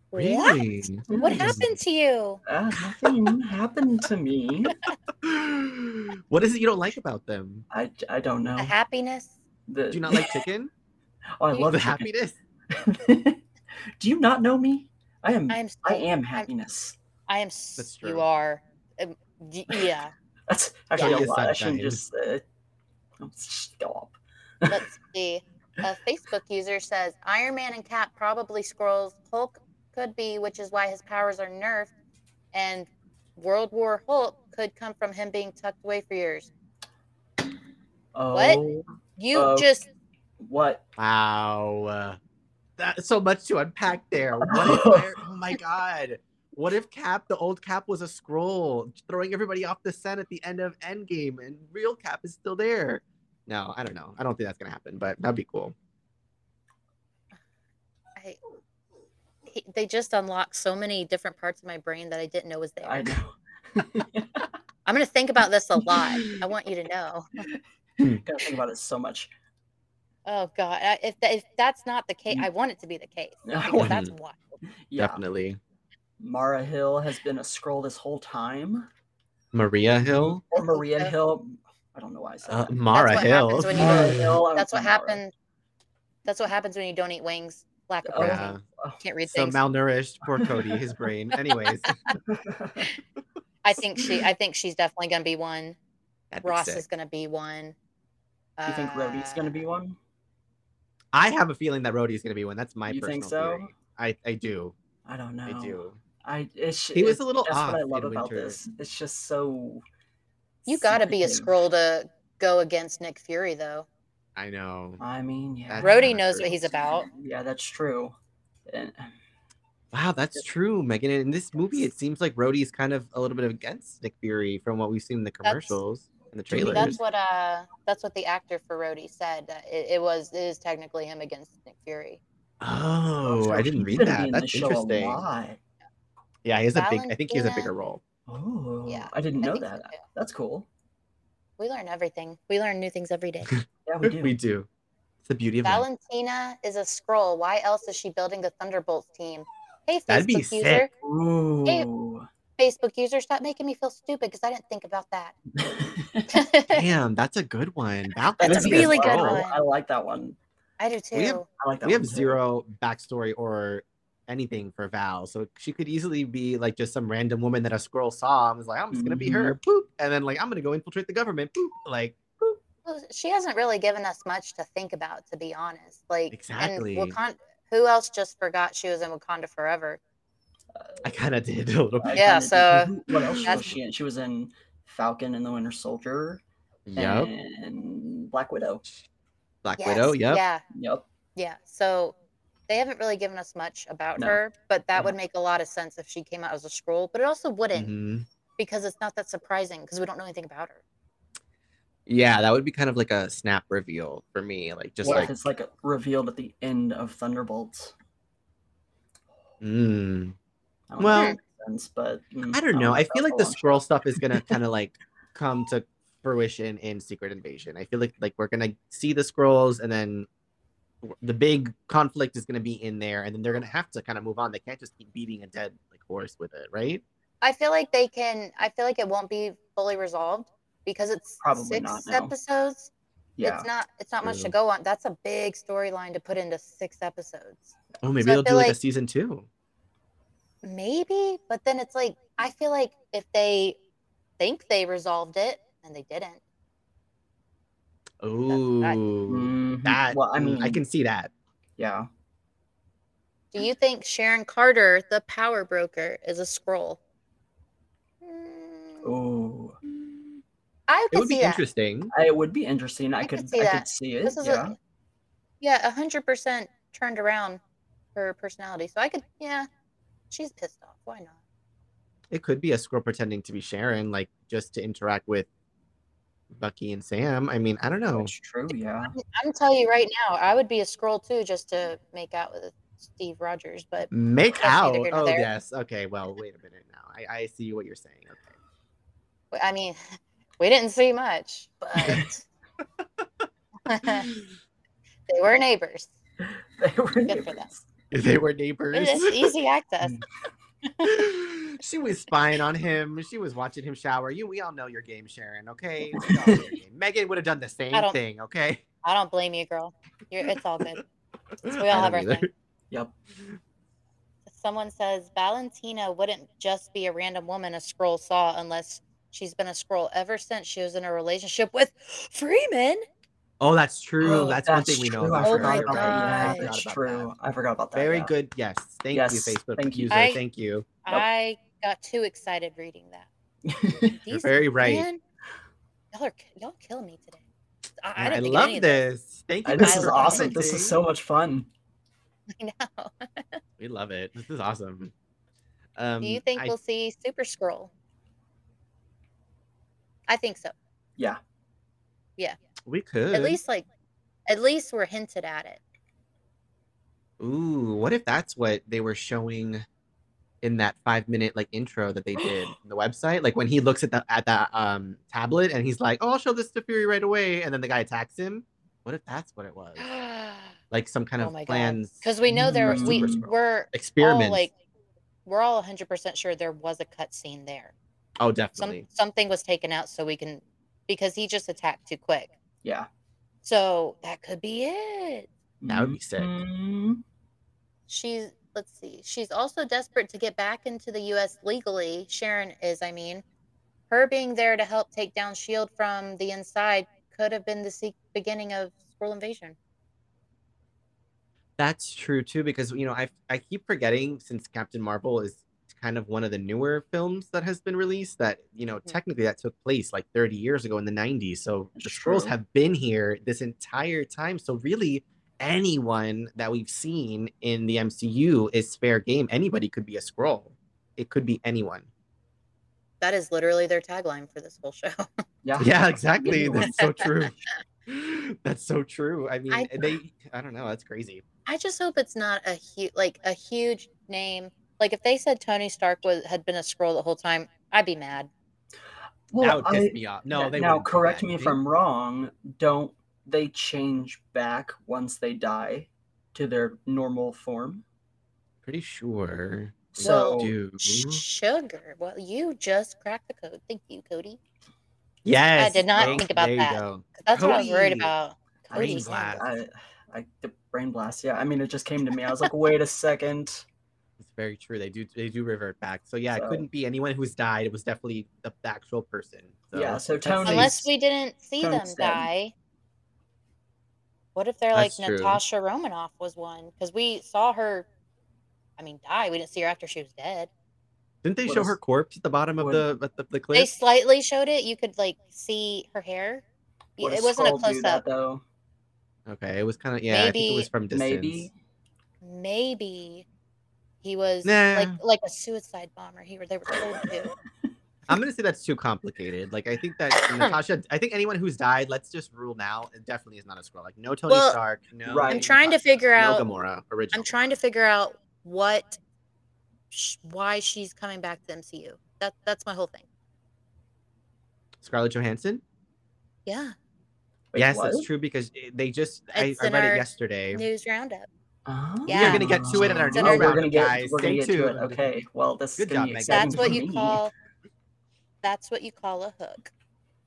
What? Really? *gasps* What Mm. happened to you? Uh, hmm. nothing happened to me. what is it you don't like about them? I, I don't know. The happiness. The- Do you *laughs* not like *laughs* chicken? oh, I Do you- love the it. happiness. *laughs* Do you not know me? I am. I I, am. So, am happiness. I am. s- That's true. You are. Um, y- yeah. That's actually Cody a is lot. I shouldn't sunshine. just uh, stop. Let's see. A Facebook user says Iron Man and Cap probably scrolls. Hulk could be, which is why his powers are nerfed. And World War Hulk could come from him being tucked away for years. Oh, What? You Oh. just what? Wow. That's so much to unpack *laughs* there. What if Iron- oh my god. What if Cap, the old Cap, was a scroll, throwing everybody off the scent at the end of Endgame, and real Cap is still there? No, I don't know. I don't think that's gonna happen, but that'd be cool. I, he- they just unlocked so many different parts of my brain that I didn't know was there. I know. I'm gonna think about *laughs* this a lot. I want you to know. Gotta think about it *laughs* so much. *laughs* Oh God, I- if tha- if that's not the case, I want it to be the case. I because want- That's wild. Yeah. Definitely. Mara Hill has been a scroll this whole time. Maria Hill? Or Maria so. Hill. I don't know why I said Uh, that. Mara what Hill. happens when you- Mara Hill. I That's what went with Mara. happened. That's what happens when you don't eat wings. Lack of Oh. protein. Yeah. Can't *laughs* read so things. malnourished poor cody his brain anyways *laughs* I think she. I think she's definitely gonna be one. that'd be Ross sick. is gonna be one. Do *laughs* you think Rhodey's gonna Uh, be one? i have a feeling that Rhodey's gonna be one that's my You personal think so? theory i i do I don't know. i do I it's He was it's- a little that's what off I love in about Winter. this. It's just so You gotta be a secretive. scroll to go against Nick Fury though. i know I mean, yeah. That's Rhodey not knows true. what he's about. Yeah, that's true. And- wow that's true megan in this movie it seems like Rhodey's kind of a little bit against nick fury from what we've seen in the That's- commercials and the To me, trailers That's what uh that's what the actor for Rhodey said. that It, it was it is technically him against Nick Fury. oh so i didn't he's read gonna be that in the that's show a interesting lot. yeah he has a big i think he has a Valentina. bigger role Oh, Yeah, I didn't know think so, that. too. That's cool. We learn everything. We learn new things every *laughs* day. Yeah, we do. we do it's the beauty of life. Valentina is a scroll. Why else is she building the Thunderbolts team? Hey, Facebook That'd be user. sick. Ooh. *laughs* Facebook user, stop making me feel stupid because I didn't think about that. *laughs* damn that's a good one That's a Valentina That'd is be really good fun. cool. one. I like that one. *laughs* I do We have- too. I like that we one. have too. zero backstory or anything for Val, so she could easily be like just some random woman that a squirrel saw and was like, "I'm just gonna be her," Mm-hmm. poop, and then like, "I'm gonna go infiltrate the government," poop, like, *laughs* poop. Well, she hasn't really given us much to think about, to be honest. Like Exactly. And Wakanda, who else just forgot she was in Wakanda forever? I kind of did a little I bit. Yeah, kinda so did- who- what else that's- was she in? She was in Falcon and the Winter Soldier Yep. and Black Widow. Black Widow. Yep. Yeah. Yep. Yeah. So they haven't really given us much about No. her, but that No. would make a lot of sense if she came out as a scroll, but it also wouldn't Mhm. because it's not that surprising because we don't know anything about her. Yeah, that would be kind of like a snap reveal for me. Like just what like if it's like revealed at the end of Thunderbolts? mm. I don't Well, Hmm. know if that makes sense, but mm, I don't know. I if feel that's like the a launch. squirrel stuff is gonna kind of like come to fruition in Secret Invasion. I feel like like we're gonna see the scrolls, and then w- the big conflict is gonna be in there, and then they're gonna have to kind of move on. They can't just keep beating a dead like horse with it, right? I feel like they can. I feel like it won't be fully resolved because it's Probably six not, no. episodes. Yeah. It's not. It's not much to True. go on. That's a big storyline to put into six episodes. Oh, maybe So I they'll do feel like, a like- season two. Maybe, but then it's like I feel like if they think they resolved it and they didn't, Oh, right. Mhm. that. Well, I mm, mean, I can see that. Yeah. do you think Sharon Carter, the power broker, is a scroll? Mm, Oh, I It could would be see that. interesting. it would be interesting. I, I could, could see I could that. see it. This is yeah. a yeah, a hundred percent turned around her personality. So I could yeah, she's pissed off. Why not? It could be a squirrel pretending to be Sharon, like just to interact with Bucky and Sam. I mean, I don't know. That's true. Yeah. I'm, I'm telling you right now, I would be a scroll too just to make out with Steve Rogers. But Make That's out. neither here nor Oh there. yes. Okay. Well, wait a minute now. I, I see what you're saying. Okay. I mean, we didn't see much, *laughs* but *laughs* they were neighbors. *laughs* They were Good for them. neighbors. If They were *laughs* neighbors. *laughs* Mm. It's easy access. she was spying on him. She was watching him shower. You, we all know your game, Sharon. Okay. We all know your *laughs* game. Megan would have done the same I don't- thing. Okay. I don't blame you, girl. You're, it's all good. We all have our thing. Yep. Someone says Valentina wouldn't just be a random woman a scroll saw unless she's been a scroll ever since she was in a relationship with Freeman. *laughs* Oh, that's true. Oh, that's, one thing we know. true. I About. Oh forgot my You're about right. I that. Yeah, forgot God. that's about true. that. I forgot about that. Very yeah. good. Yes. Thank you, Yes, Facebook thank you. user. I- thank you. Yep. I got too excited reading that. *laughs* You're These- very right. man, y'all are y'all kill me today. I, I Yeah, I didn't think of any love of this. this. Thank you. And this guys is for love awesome. This commenting. is so much fun. *laughs* I know. We love it. This is awesome. Um, Do you think I we'll see Super Scroll? I think so. Yeah. We could. At least like at least we're hinted at it. Ooh, what if that's what they were showing in that five minute like intro that *sighs* they did on the website? Like when he looks at the at that um tablet and he's like, Oh, I'll show this to Fury right away, and then the guy attacks him. What if that's what it *gasps* was? Like some kind Oh of my God. plans Because we know there Mm. we Super Scroll. we're experiment. all like we're all 100% sure there was a cut scene there. oh Some definitely. something was taken out so we can because he just attacked too quick. Yeah. So that could be it. That would be Mm-hmm. sick. Mm-hmm. Mhm. She's let's see. She's also desperate to get back into the US legally. Sharon is, I mean. Her being there to help take down Shield E from the inside could have been the se- beginning of Squirrel E Invasion. That's true too, because you know, I I keep forgetting since Captain Marvel is kind of one of the newer films that has been released that you know Mhm. technically that took place like 30 years ago in the 90s so the That's scrolls true. have been here this entire time so really anyone that we've seen in the MCU is fair game anybody could be a scroll it could be anyone That is literally their tagline for this whole show. *laughs* Yeah. *laughs* yeah *laughs* exactly Anyone. that's so true that's so true i mean I- they i don't know that's crazy I just hope it's not a huge, like a huge name. Like if they said Tony Stark was had been a scroll the whole time, I'd be mad. that Well, would piss I, me off no they now wouldn't do correct that. me if They- I'm wrong. Don't they change back once they die to their normal form? pretty sure Well, So do. Sugar. Well, you just cracked the code. Thank you, Cody. Yes. did not thank- think about there you that. go. 'Cause That's what I was worried Cody. about. Brain Cody. blast. I, I, the brain blast. Yeah. I mean, it just came to me. I was like, wait a second. It's very true. They do they do revert back. So yeah, So- it couldn't be anyone who's died. It was definitely the, the actual person. So Yeah, so that's- Tony- Unless we didn't see Tony them said. die. What if they're like That's true. Natasha Romanoff was one? Because we saw her. I mean, die. We didn't see her after she was dead. didn't they What show is- her corpse at the bottom of what- the at the, the They cliff? slightly showed it. You could like see her hair. Would it wasn't a Skrull do close that, up. though. Okay, it was kind of yeah. I think it Maybe- was from distance. Maybe. maybe he was Nah. like like a suicide bomber. He were they were told to. I'm gonna say that's too complicated. Like I *laughs* think that Natasha, I think anyone who's died, let's just rule now, it definitely is not a scroll. Like no Tony Well, Stark, no. Right. I'm trying to figure out. No Gamora original. I'm trying to figure out what, sh- why she's coming back to the MCU. That that's my whole thing. Scarlett Johansson. Yeah, Wait, yes, what? that's true because it- they just. I, It's I in read our it yesterday. news roundup. Oh. Yeah. We're gonna get to it in our It's in news our- Oh, we're roundup, gonna get, guys. we're gonna Stay get tuned. to it. Okay. Well, this Good is gonna job, be Megan. exciting That's what for you me. call. That's what you call a hook.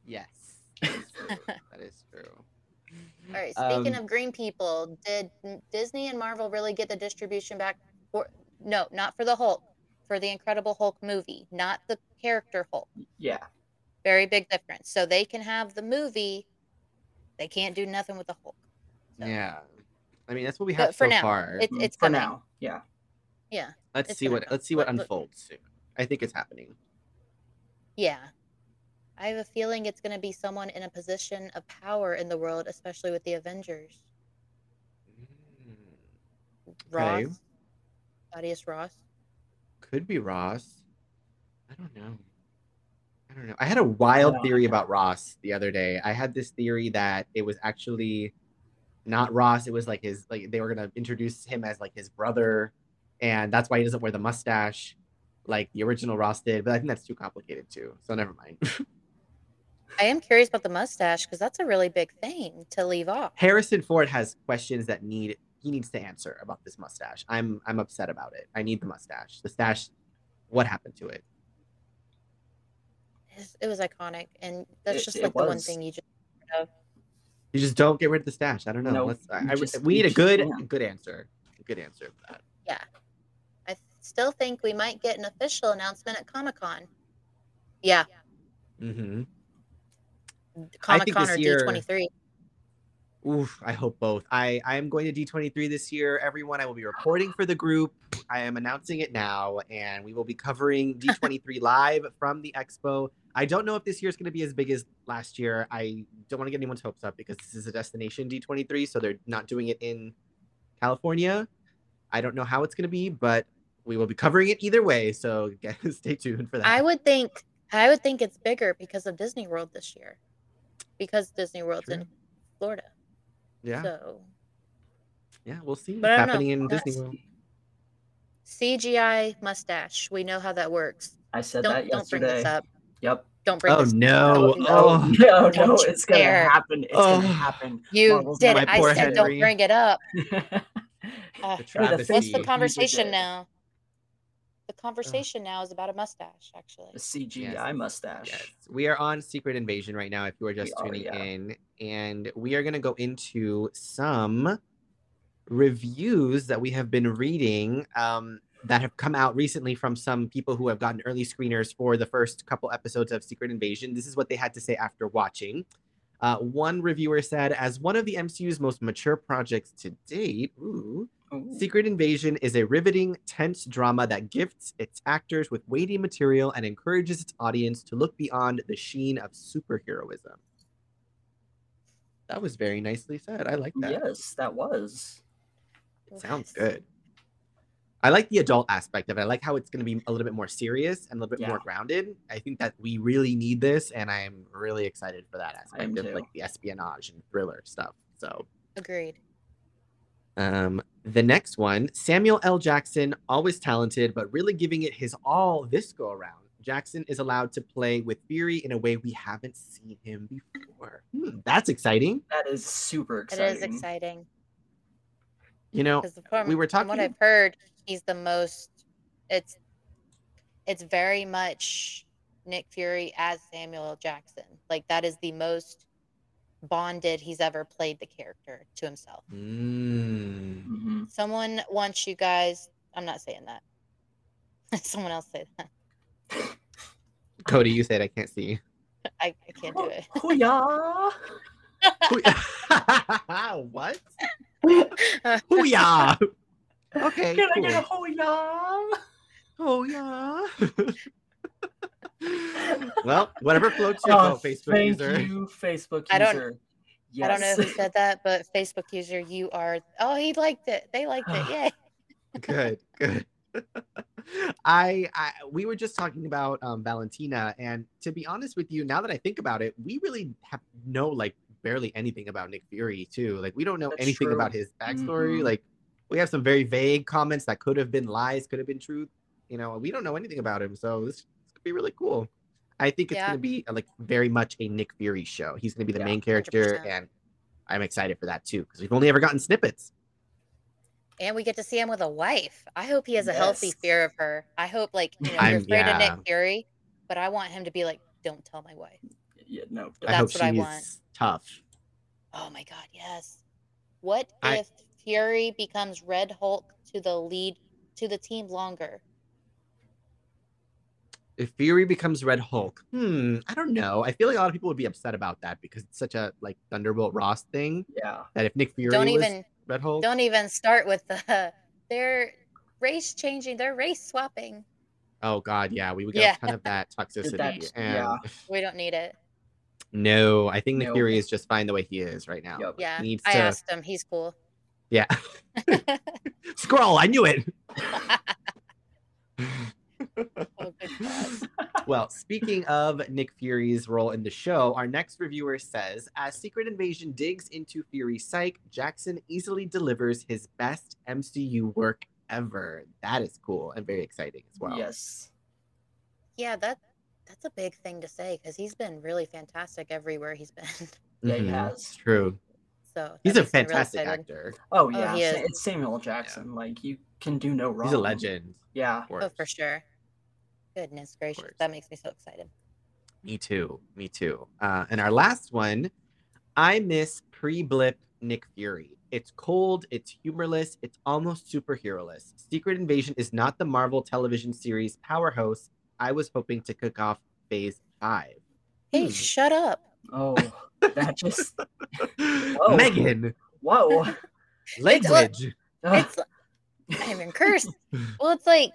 *laughs* Yes. That is true. that is true. All right. Speaking Um, of green people, did Disney and Marvel really get the distribution back for? No, not for the Hulk, for the Incredible Hulk movie, not the character Hulk. Yeah. Very big difference. So they can have the movie, they can't do nothing with the Hulk. So, Yeah. I mean, that's what we But have for so now, far. It's it's mm, for coming. now. Yeah. Yeah, let's it's see gonna what come. let's see what Let- let- unfolds soon. I think it's happening. yeah. I have a feeling it's going to be someone in a position of power in the world, especially with the Avengers. Ross, Mm. Okay. Thaddeus Ross. Could be Ross. I don't know. I don't know. I had a wild Yeah. theory about Ross the other day. I had this theory that it was actually not Ross. It was like his like they were gonna introduce him as like his brother, and that's why he doesn't wear the mustache like the original Ross did. But I think that's too complicated too. So never mind. *laughs* I am curious about the mustache because that's a really big thing to leave off. Harrison Ford has questions that need he needs to answer about this mustache. I'm I'm upset about it. I need the mustache. The stash. What happened to it? It's- It was iconic, and It- that's just it like the one was. thing you just. You just don't get rid of the stash. I don't know. No, Let's, I, you I- just- we you need a just good can't. good answer. A good answer for that. I still think we might get an official announcement at Comic Con. Yeah, hmm Comic Con this or year- D twenty three. Oof, I hope both. I I am going to D23 this year, everyone. I will be reporting for the group. I am announcing it now, and we will be *laughs* covering D23 live from the expo. I don't know if this year is going to be as big as last year. I don't want to get anyone's hopes up because this is a destination D23, so they're not doing it in California. I don't know how it's going to be, but we will be covering it either way. So *laughs* get, stay tuned for that. I would think I would think it's bigger because of Disney World this year, because Disney World's in True. Florida. yeah, So yeah, we'll see But what's I don't know. happening in That's- Disney World. CGI mustache, we know how that works. I said Don't that don't bring yesterday. this up. Yep. Don't bring Oh this. no! up. Oh. *laughs* no, no, Don't you it's gonna dare. happen. It's Oh. gonna happen. You Marvel's did my it. I poor said don't Henry. bring it up. *laughs* Uh, Ah, The travesty. What's travesty. the You did conversation it. now? The conversation now is about a mustache, actually. A CGI Yes. mustache. Yes. We are on Secret Invasion right now if you are just are, tuning yeah. in. And we are going to go into some reviews that we have been reading um, that have come out recently from some people who have gotten early screeners for the first couple episodes of Secret Invasion. This is what they had to say after watching. Uh, one reviewer said, as one of the MCU's most mature projects to date, ooh, Ooh. Secret Invasion is a riveting, tense drama that gifts its actors with weighty material and encourages its audience to look beyond the sheen of superheroism. That was very nicely said. I like that. Yes, that was. It sounds Yes. good. I like the adult aspect of it. I like how it's going to be a little bit more serious and a little bit Yeah. more grounded. I think that we really need this, and I'm really excited for that I am aspect of too. like the espionage and thriller stuff. So Agreed. Um, the next one, Samuel L. Jackson, always talented, but really giving it his all this go around. Jackson is allowed to play with Fury in a way we haven't seen him before. Hmm, that's exciting. That is super It exciting. is exciting. You know, because from, Oh, we were from what talking- I've heard, he's the most. It's it's very much Nick Fury as Samuel L. Jackson. Like that is the most bonded he's ever played the character to himself. Mm. hmm Someone wants you guys. I'm not saying that. *laughs* Someone else said that. Cody, you said I can't see. I, I can't *laughs* do it. *laughs* Hoo-yah! *laughs* what? Hooyah! Okay. Can I get a cool. hoo-yah? Oh *laughs* yeah. well, whatever floats your Oh, boat, Facebook thank user. you, Facebook user. I don't- Yes. I don't know who said that, but *sighs* Facebook user, you are. Oh, he liked it. They liked it. Yay. Good, *laughs* good. I, I we were just talking about um, Valentina, and to be honest with you, now that I think about it, we really have know like barely anything about Nick Fury too. Like we don't know That's anything true. about his backstory. Mm-hmm. Mhm. Like we have some very vague comments that could have been lies, could have been truth. You know, we don't know anything about him, so this, this could be really cool. I think it's Yeah. gonna be uh, like very much a Nick Fury show. He's gonna be the Yeah. main character, 100%. and I'm excited for that too because we've only ever gotten snippets. And we get to see him with a wife. I hope he has a healthy Yes. fear of her. I hope, like, you know, I'm- you're afraid of yeah. Nick Fury, but I want him to be like, don't tell my wife. Yeah, no. I hope That's what I she's want. tough. Oh my God, yes. What I- if Fury becomes Red Hulk to the lead to the team longer? if Fury becomes Red Hulk, hmm, I don't know. I feel like a lot of people would be upset about that because it's such a like Thunderbolt Ross thing Yeah. that if Nick Fury don't was even Red Hulk, don't even start with the *laughs* they're race changing, they're race swapping. oh god, yeah, we would get Yeah. a ton of that toxicity. That's- and yeah. We don't need it. no, I think Nick No. Fury is just fine the way he is right now. Yep. Yeah. Needs I to- asked him, he's cool. Yeah, scroll. I knew *laughs* it. *laughs* Oh, good *laughs* God. well, speaking of Nick Fury's role in the show, our next reviewer says As Secret Invasion digs into Fury's psyche, Jackson easily delivers his best MCU work ever. That is cool and very exciting as well. Yes. yeah, that that's a big thing to say because he's been really fantastic everywhere he's been. *laughs* Yeah, he Mhm. has. It's true. So that He's a makes me really fantastic excited. actor. Oh yeah, he Sa- is. it's Samuel L. Jackson. Like you can do no wrong. He's a legend. Yeah. Of course. Oh, for sure. Goodness gracious, course. that makes me so excited. Me too. Me too. Uh, and our last one, I miss pre-blip Nick Fury. It's cold, it's humorless, it's almost superhero-less. Secret Invasion is not the Marvel television series powerhouse I was hoping to kick off phase five. Hey, Hmm. shut up! *laughs* Oh, that just Megan, whoa. language. Ugh, It's *laughs* I'm *laughs* in curse. Well, it's like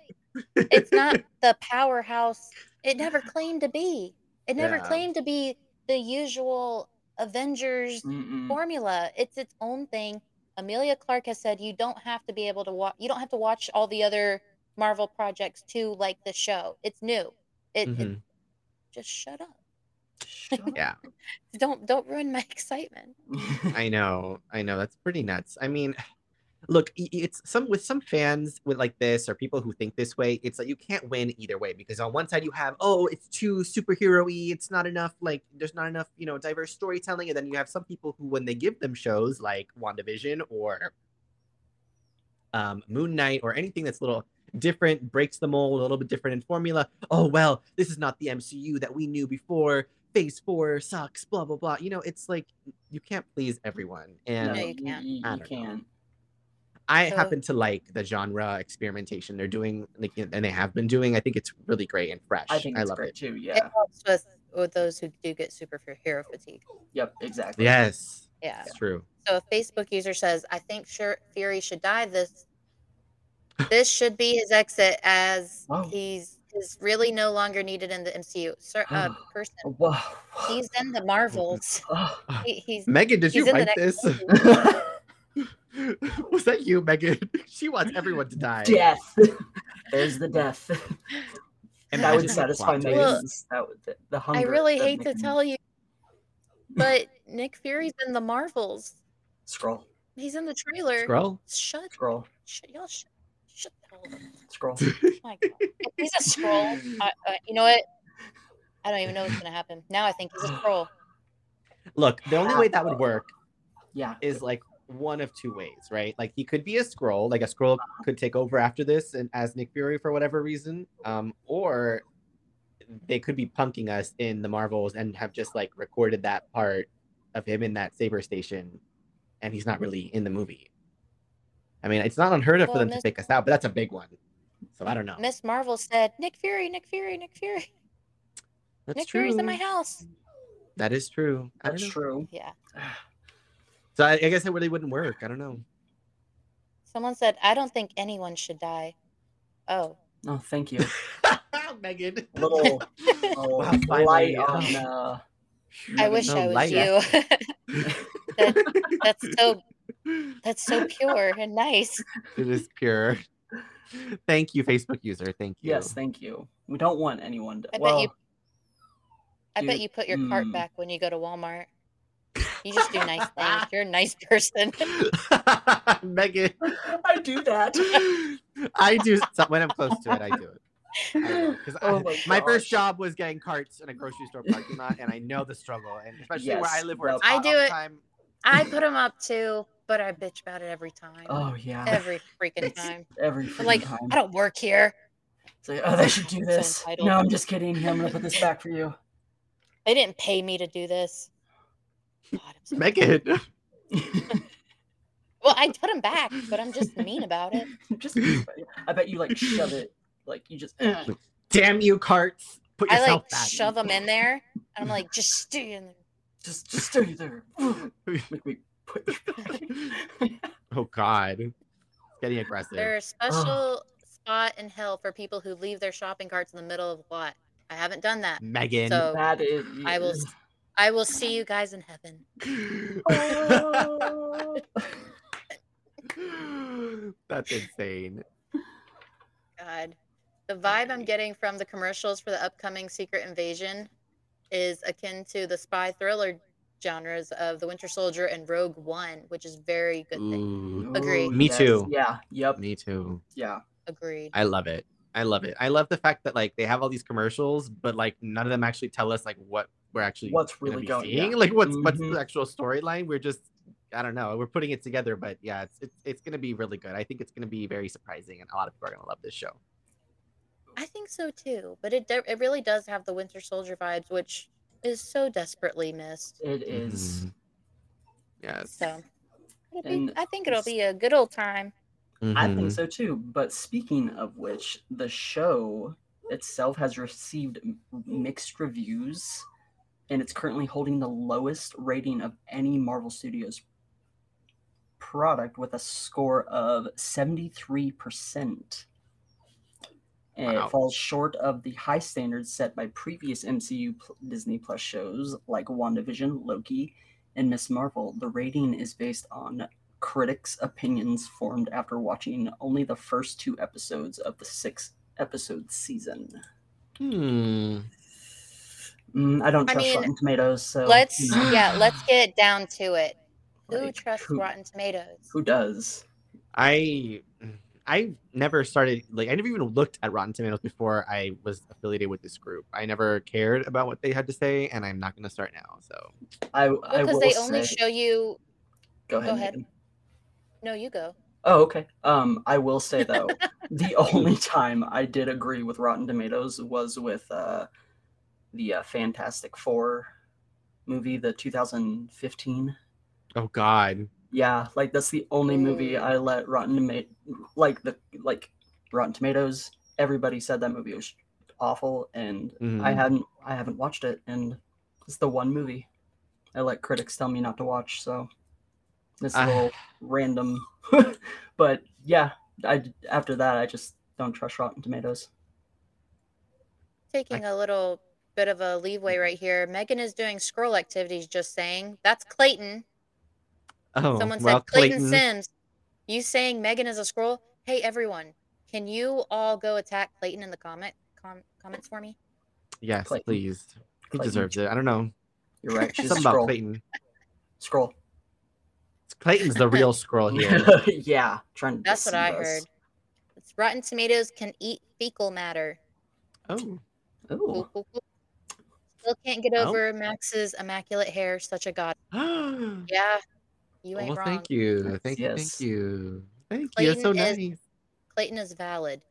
it's not the powerhouse. It never claimed to be. It never Yeah. claimed to be the usual Avengers mm-mm. formula. It's its own thing. Amelia Clark has said you don't have to be able to watch. You don't have to watch all the other Marvel projects to like the show. It's new. It, it Mhm. just shut up. *laughs* Shut up. Yeah. Don't don't ruin my *laughs* excitement. I know, I know. That's pretty nuts. I mean, look, i- i- it's some with some fans with like this or people who think this way. It's like you can't win either way because on one side you have oh, it's too superhero-y. It's not enough. Like there's not enough, you know, diverse storytelling. And then you have some people who, when they give them shows like WandaVision or um, Moon Knight or anything that's a little different, breaks the mold, a little bit different in formula. Oh well, this is not the MCU that we knew before. Phase four sucks. Blah blah blah. You know, it's like you can't please everyone, and *laughs* No, you you can't. You, I don't you know. can't. I So- happen to like the genre experimentation they're doing, like, and they have been doing. I think it's really great and fresh. I think it's love great it. too. It Yeah. helps with with those who do get superhero fatigue. Yep. Exactly. Yes, Yeah. it's true. So a Facebook user says, "I think sure Fury should die. This this should be his exit, as Wow. he's is really no longer needed in the MCU. Sir, uh, person, Whoa. he's in the Marvels. *laughs* Ugh. He, he's Megan, did he's you in the write next. this? *laughs* movie. Was that you, Megan? *laughs* she wants everyone to *laughs* die. *laughs* death. There's the death. And *laughs* that I would just satisfy plot me. twist. Well, that would, the, the I hunger. really that hate to Nick- tell you, but Nick Fury's in the Marvels. Scroll. He's in the trailer. Scroll. Shut, Scroll. shut, y'all shut, shut the hell up. Oh *laughs* Scroll. my God. If he's a scroll. I, uh, you know what? I don't even know what's gonna happen. Now I think he's a scroll. Look, the only way that would work Yeah. is like one of two ways, right? Like he could be a scroll, like a scroll Uh-huh. could take over after this and as Nick Fury for whatever reason, um, or they could be punking us in the Marvels and have just like recorded that part of him in that saber station, and he's not really in the movie. I mean, it's not unheard of for Well, them to Miss- pick us out, but that's a big one. So I don't know. Miss Marvel said, "Nick Fury, Nick Fury, Nick Fury, That's Nick true. Fury's in my house." That is true. I don't That's know. true. Yeah. So I, I guess it really wouldn't work. I don't know. Someone said, "I don't think anyone should die." Oh, No, *laughs* thank you. *laughs* *laughs* Megan. Little, little Wow, finally, light on. yeah. Uh, I Megan. wish no I was light. *laughs* you. that's so that's so pure and nice. It is pure. Thank you, Facebook user. Thank you. Yes, thank you. We don't want anyone to. I bet well, you- I bet Dude, you put your cart mm. back when you go to Walmart. You just do nice *laughs* things. You're a nice person. *laughs* *laughs* Megan. *laughs* I *laughs* do that. I do so- when I'm close to it. I do it. Because Oh my first gosh. job was getting carts in a grocery store parking lot, and I know the struggle, and especially where I Yes, live, where it's yep. hot I do all the it. time. I put them up too, but I bitch about it every time. Oh yeah, Every freaking It's- time. every But freaking Uh, like, time. I don't work here. It's like, oh, they should do *laughs* So this. entitled. No, I'm just kidding. Here, I'm gonna *laughs* put this back for you. *laughs* They didn't pay me to do this. God, I'm *laughs* so- Megan, well, I put them back, but I'm just mean about *laughs* it. just, I bet you like shove it, like you just. Uh. damn you, carts! Put I yourself like back. shove them in there. And I'm like, just stay in there. just just stay there. Make me put you back. *laughs* Oh God, it's getting aggressive. There are a special spot in hell for people who leave their shopping carts in the middle of a lot. I haven't done that. Megan. So that is. I will s- I will see you guys in heaven. Oh. *laughs* That's *laughs* insane. God. The vibe I'm getting from the commercials for the upcoming Secret Invasion is akin to the spy thriller genres of The Winter Soldier and Rogue One, which is very good thing. Ooh, *laughs* Agree. Me too. Yeah. Yep. me too. Yeah. Agreed. I love it. I love it. I love the fact that like they have all these commercials, but like none of them actually tell us like what we're actually What's gonna really be going? seeing. Yeah. Like what's what's Mhm. the actual storyline? We're just I don't know. We're putting it together, but yeah, it's it's, it's gonna be really good. I think it's gonna be very surprising, and a lot of people are gonna love this show. I think so too, but it de- it really does have the Winter Soldier vibes, which is so desperately missed. It is. Mhm. Yes, So it'll be, And I think it'll it's- be a good old time. I Mhm. think so too. But speaking of which, the show itself has received m- mixed reviews, and it's currently holding the lowest rating of any Marvel Studios product with a score of 73%. And Wow. It falls short of the high standards set by previous MCU pl- Disney Plus shows like WandaVision, Loki, and Miss Marvel. The rating is based on critics' opinions formed after watching only the first two episodes of the six episode season. Hmm. Mm, I don't I trust mean, Rotten Tomatoes, so you Let's know, yeah, let's get down to it. Who like, trusts who, Rotten Tomatoes? who does? I I never started like I never even looked at Rotten Tomatoes before I was affiliated with this group. I never cared about what they had to say, and I'm not gonna start now. So I I Because will they only say. show you. go ahead. ahead. Megan. No, you go. Oh, okay. Um, I will say though, the only time I did agree with Rotten Tomatoes was with uh, the uh, Fantastic Four movie, the 2015. oh god, Yeah, like that's the only movie Mm. I let Rotten Tomato, like the like Rotten Tomatoes. Everybody said that movie was awful, and I Mhm. hadn't I haven't watched it, and it's the one movie I let critics tell me not to watch. So it's a Ah. little random, *laughs* but yeah, I after that I just don't trust Rotten Tomatoes. Taking a little bit of a leeway Mm-hmm. right here. Megan is doing scroll activities. Just saying. That's Clayton. Oh, Someone said well, Clayton, Sims. You saying Megan is a scroll? Hey everyone, can you all go attack Clayton in the comment com- comments for me? Yes, Clayton. please. He Clayton. deserves it. I don't know. You're right. She's a Something about scroll. Clayton. Scroll. Clayton's *laughs* the real scroll here. yeah, trying to. That's what I deceive heard. us. It's Rotten Tomatoes can eat fecal matter. oh, *gasps* Ooh. Cool, cool, cool. Still can't get Oh. over Max's immaculate hair. Such a god. Yeah, you ain't well, wrong. thank you, thank you, Yes. thank you, thank you. That's so Clayton nice. Clayton is valid.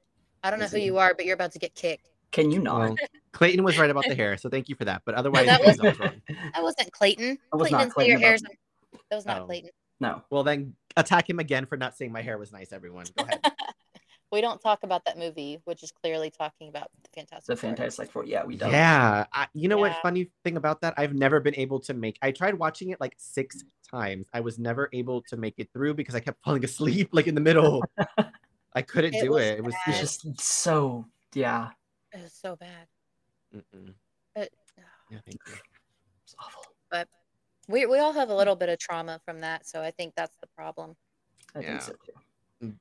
I don't know Is who he? you are, but you're about to get kicked. Can you not? Well, Clayton was right about *laughs* the hair, so thank you for that. But otherwise, that I was wrong. That wasn't Clayton. That was Clayton not didn't say your Clayton at hair's. That was not Oh. Clayton. no. Well, then attack him again for not saying my hair was nice, everyone. Go ahead. We don't talk about that movie, which is clearly talking about the Fantastic. The Four. Fantastic Four. Yeah, we don't. yeah. I, you know Yeah. what? Funny thing about that, I've never been able to make I tried watching it like six times. I was never able to make it through because I kept *laughs* falling asleep like in the middle. I couldn't It do was it. It was It's sick. just so. Yeah, It was so bad. Mm-mm. But- Yeah, thank you. it's awful. But we we all have a little bit of trauma from that, so I think that's the problem. I Yeah. think so too.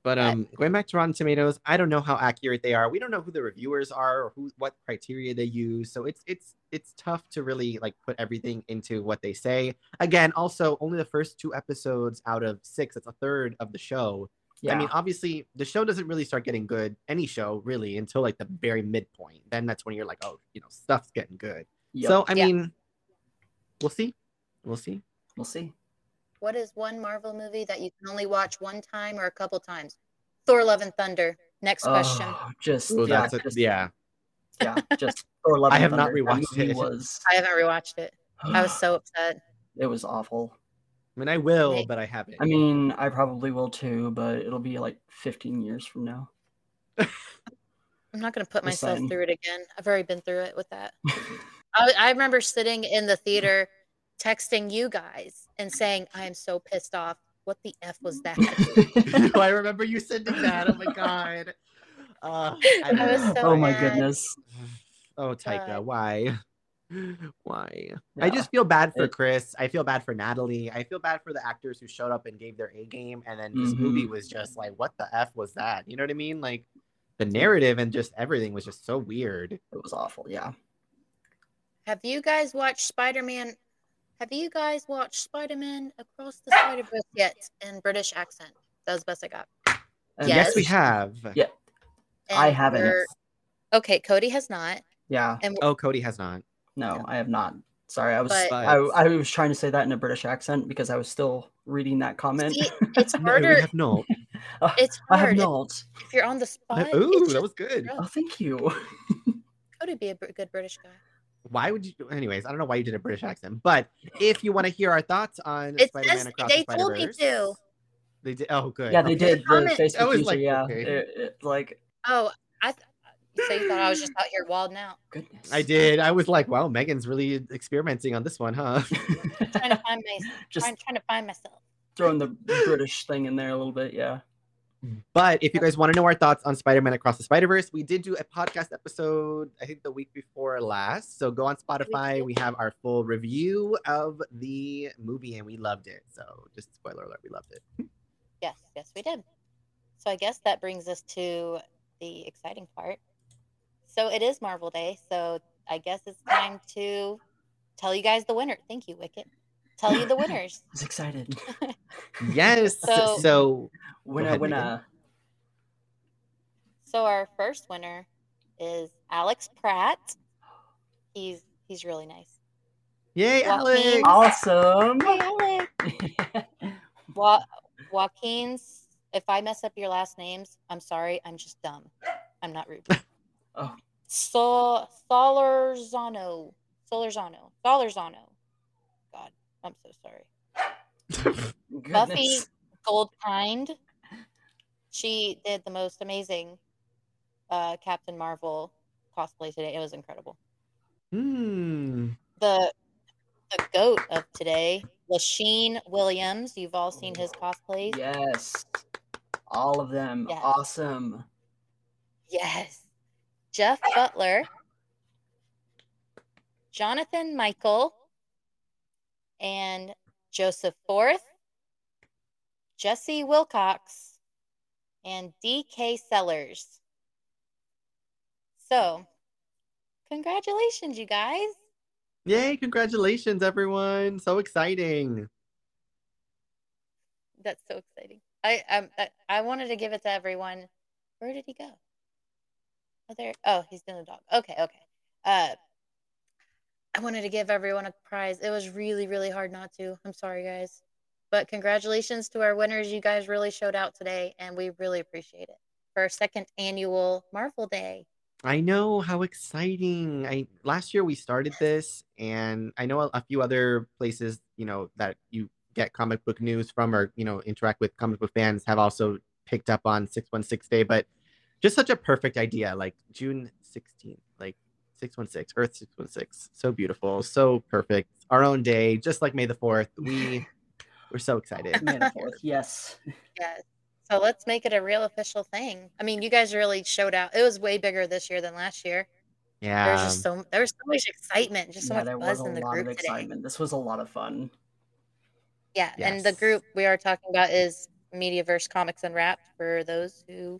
But um, going back to Rotten Tomatoes, I don't know how accurate they are. We don't know who the reviewers are or who what criteria they use. So it's it's it's tough to really like put everything into what they say. Again, also only the first two episodes out of six. It's a third of the show. Yeah. I mean, obviously the show doesn't really start getting good any show really until like the very midpoint. Then that's when you're like, oh, you know, stuff's getting good. Yep. So I Yeah. mean, we'll see, we'll see. we'll see. What is one Marvel movie that you can only watch one time or a couple times? Thor: Love and Thunder. Next question. Oh, just Ooh, yeah, that's a- just, yeah. yeah, *laughs* just Thor: Love I and have not Thunder. That rewatched movie it. *laughs* Was I haven't rewatched it. I was so upset. *sighs* it was awful. I mean, I will, Nick- but I haven't. *laughs* I mean, I probably will too, but it'll be like 15 years from now. I'm not going to put Just myself saying. through it again. I've already been through it with that. I, I remember sitting in the theater texting you guys and saying, I am so pissed off. What the F was *laughs* *laughs* that? I remember you sending that. Oh my god. Uh, I I was don't so *laughs* oh my mad. goodness. know. *sighs* oh Taika, God. why? *laughs* Why? Yeah. I just feel bad for It- Chris. I feel bad for Natalie. I feel bad for the actors who showed up and gave their A game, and then this Mhm. movie was just like, what the f was that? You know what I mean? Like, the narrative and just everything was just so weird. it was awful. Yeah. Have you guys watched Spider Man? Have you guys watched Spider Man Across *laughs* the Spider Verse yet in British accent? That was the best I got. And Yes, Yes. we have. Yeah. I And haven't. we're- Okay, Cody has not. *laughs* Yeah. Oh, Cody has not. No, I have not. Sorry, I was But- I, I was trying to say that in a British accent because I was still reading that comment. See, it's *laughs* No, we harder. have *laughs* not. It's I hard have if, not. if you're on the spot. it's Ooh, just that was good. rough. Oh, thank you. Cody be a br- good British guy. why would you anyways i don't know why you did a british accent but if you want to hear our thoughts on It spider-man says- across they the told me Spider-Verse- to. they did oh good *laughs* Yeah, they Okay. did the Comment. I Facebook was user, like, yeah. okay. It- it- like Oh, I. Th- so you thought I was just out here wilding out, goodness. i *laughs* did i was like wow megan's really experimenting on this one huh trying to find my, Just trying, trying to find myself. throwing the British thing in there a little bit, yeah. but if you guys want to know our thoughts on spider-man across the spider-verse we did do a podcast episode i think the week before last so go on spotify we have our full review of the movie and we loved it so just spoiler alert we loved it Yes, yes, we did. So I guess that brings us to the exciting part. So it is Marvel Day. So I guess it's time to tell you guys the winner. Thank you, Wicket. Tell you the winners. I *laughs* was excited. yes So- so Winna ahead, Megan. winna. So our first winner is Alex Pratt. He's he's really nice. yay Joaquin. alex Awesome. Wa- Joaquin's. If I mess up your last names, I'm sorry. I'm just dumb. I'm not rude. Oh. So Solarzano. Solarzano. Solarzano. God, I'm so sorry. Buffy Goodness. Gold Kind. She did the most amazing uh, Captain Marvel cosplay today. It was incredible. hmm The the goat of today, Lasheen Williams. You've all seen his cosplays. Yes. All of them. Yes. Awesome. Yes. Jeff Butler, Jonathan Michael, and Joseph Forth, Jesse Wilcox, and DK Sellers. So, congratulations, you guys. Yay, congratulations, everyone. So exciting. That's so exciting. I um, I, I wanted to give it to everyone. Where did he go? Oh, there. Oh, he's doing the dog. Okay, okay. Uh, I wanted to give everyone a prize. It was really, really hard not to. I'm sorry, guys. But congratulations to our winners. You guys really showed out today, and we really appreciate it for our second annual Marvel Day. I know how exciting. I last year we started this and I know a, a few other places, you know, that you get comic book news from or, you know, interact with comic book fans have also picked up on 616 day, but just such a perfect idea like June 16th, like 616, Earth 616. So beautiful, so perfect. Our own day, just like May the 4th. We we're so *laughs* excited. Man of Forth, Yes. *laughs* Yes. So let's make it a real official thing. I mean, you guys really showed out. It was way bigger this year than last year. Yeah. There was just Um, so there was so much excitement, just so yeah, much there was buzz a in the lot of group today. excitement. This was a lot of fun. Yeah, and the Yes. group we are talking about is Mediaverse Comics Unwrapped for those who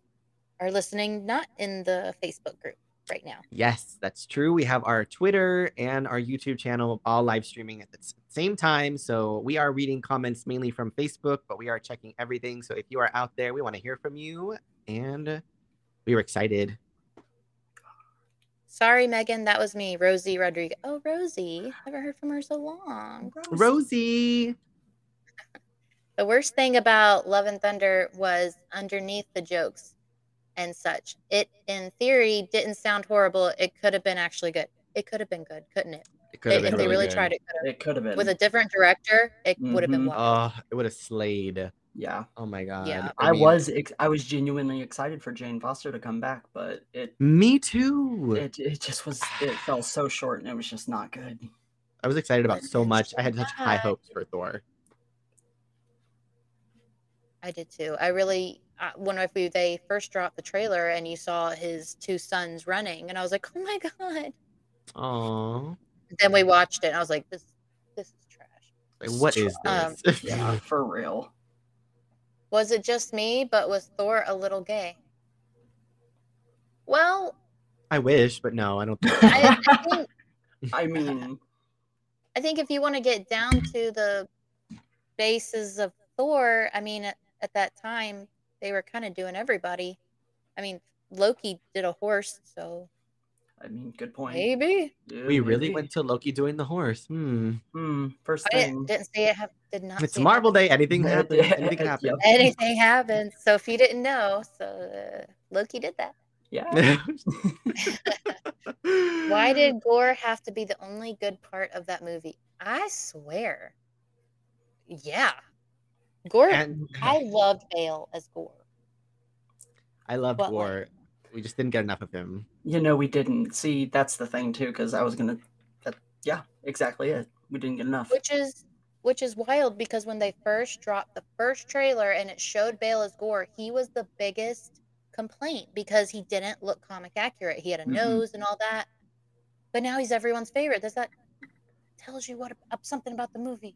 are listening not in the Facebook group right now. Yes, that's true. We have our Twitter and our YouTube channel all live streaming at the s- same time. So we are reading comments mainly from Facebook, but we are checking everything. So if you are out there, we want to hear from you. And we were excited. Sorry, Megan, that was me, Rosie Rodriguez. Oh, Rosie, haven't heard from her so long. Rosie. The worst thing about Love and Thunder was underneath the jokes and such. It, in theory, didn't sound horrible. It could have been actually good. It could have been good, couldn't it? It could have if been they really, really good. tried, it could It could have been. have. With a different director, it would have been Mhm. wild. Oh, it would have slayed. yeah. Oh my god. Yeah. I, mean, was ex- I was genuinely excited for Jane Foster to come back, but it Me too. it, it just was it fell so short and it was just not good. I was excited about But so then much. she I had such high died. hopes for Thor. I did too. I really, uh, when I- we, they first dropped the trailer and you saw his two sons running, and I was like, oh my god. Oh, Then we watched it, and I was like, this, this is trash. like, what is Um, this? Yeah, for real. Was it just me, but was Thor a little gay? Well, *laughs* I wish, but no, I *laughs* don't think. so. I, I, think, *laughs* I mean, I think if you want to get down to the bases of Thor, I mean, at, at that time, they were kind of doing everybody. I mean, Loki did a horse, so I mean, good point. maybe. Yeah, we really maybe. went to Loki doing the horse. Hmm. Hmm, first I thing. didn't, didn't see it. Have, Oh, did not. It's see it Marvel happen. Day. *laughs* Anything Yeah, happens. yeah, Anything happens. Anything happens. So if you didn't know, so uh, Loki did that. Yeah. *laughs* *laughs* Why Mm. did Gore have to be the only good part of that movie? I swear. Yeah. Gore. And I loved Bale as Gore. I loved What, like- War. We just didn't get enough of him. You know, we didn't. See, that's the thing too, because I was gonna. That, yeah, exactly it. We didn't get enough. Which is which is wild because when they first dropped the first trailer and it showed Bale as Gore, he was the biggest complaint because he didn't look comic accurate. He had a Mm-hmm. Mhm. nose and all that. But now he's everyone's favorite. Does that tells you what ab- something about the movie?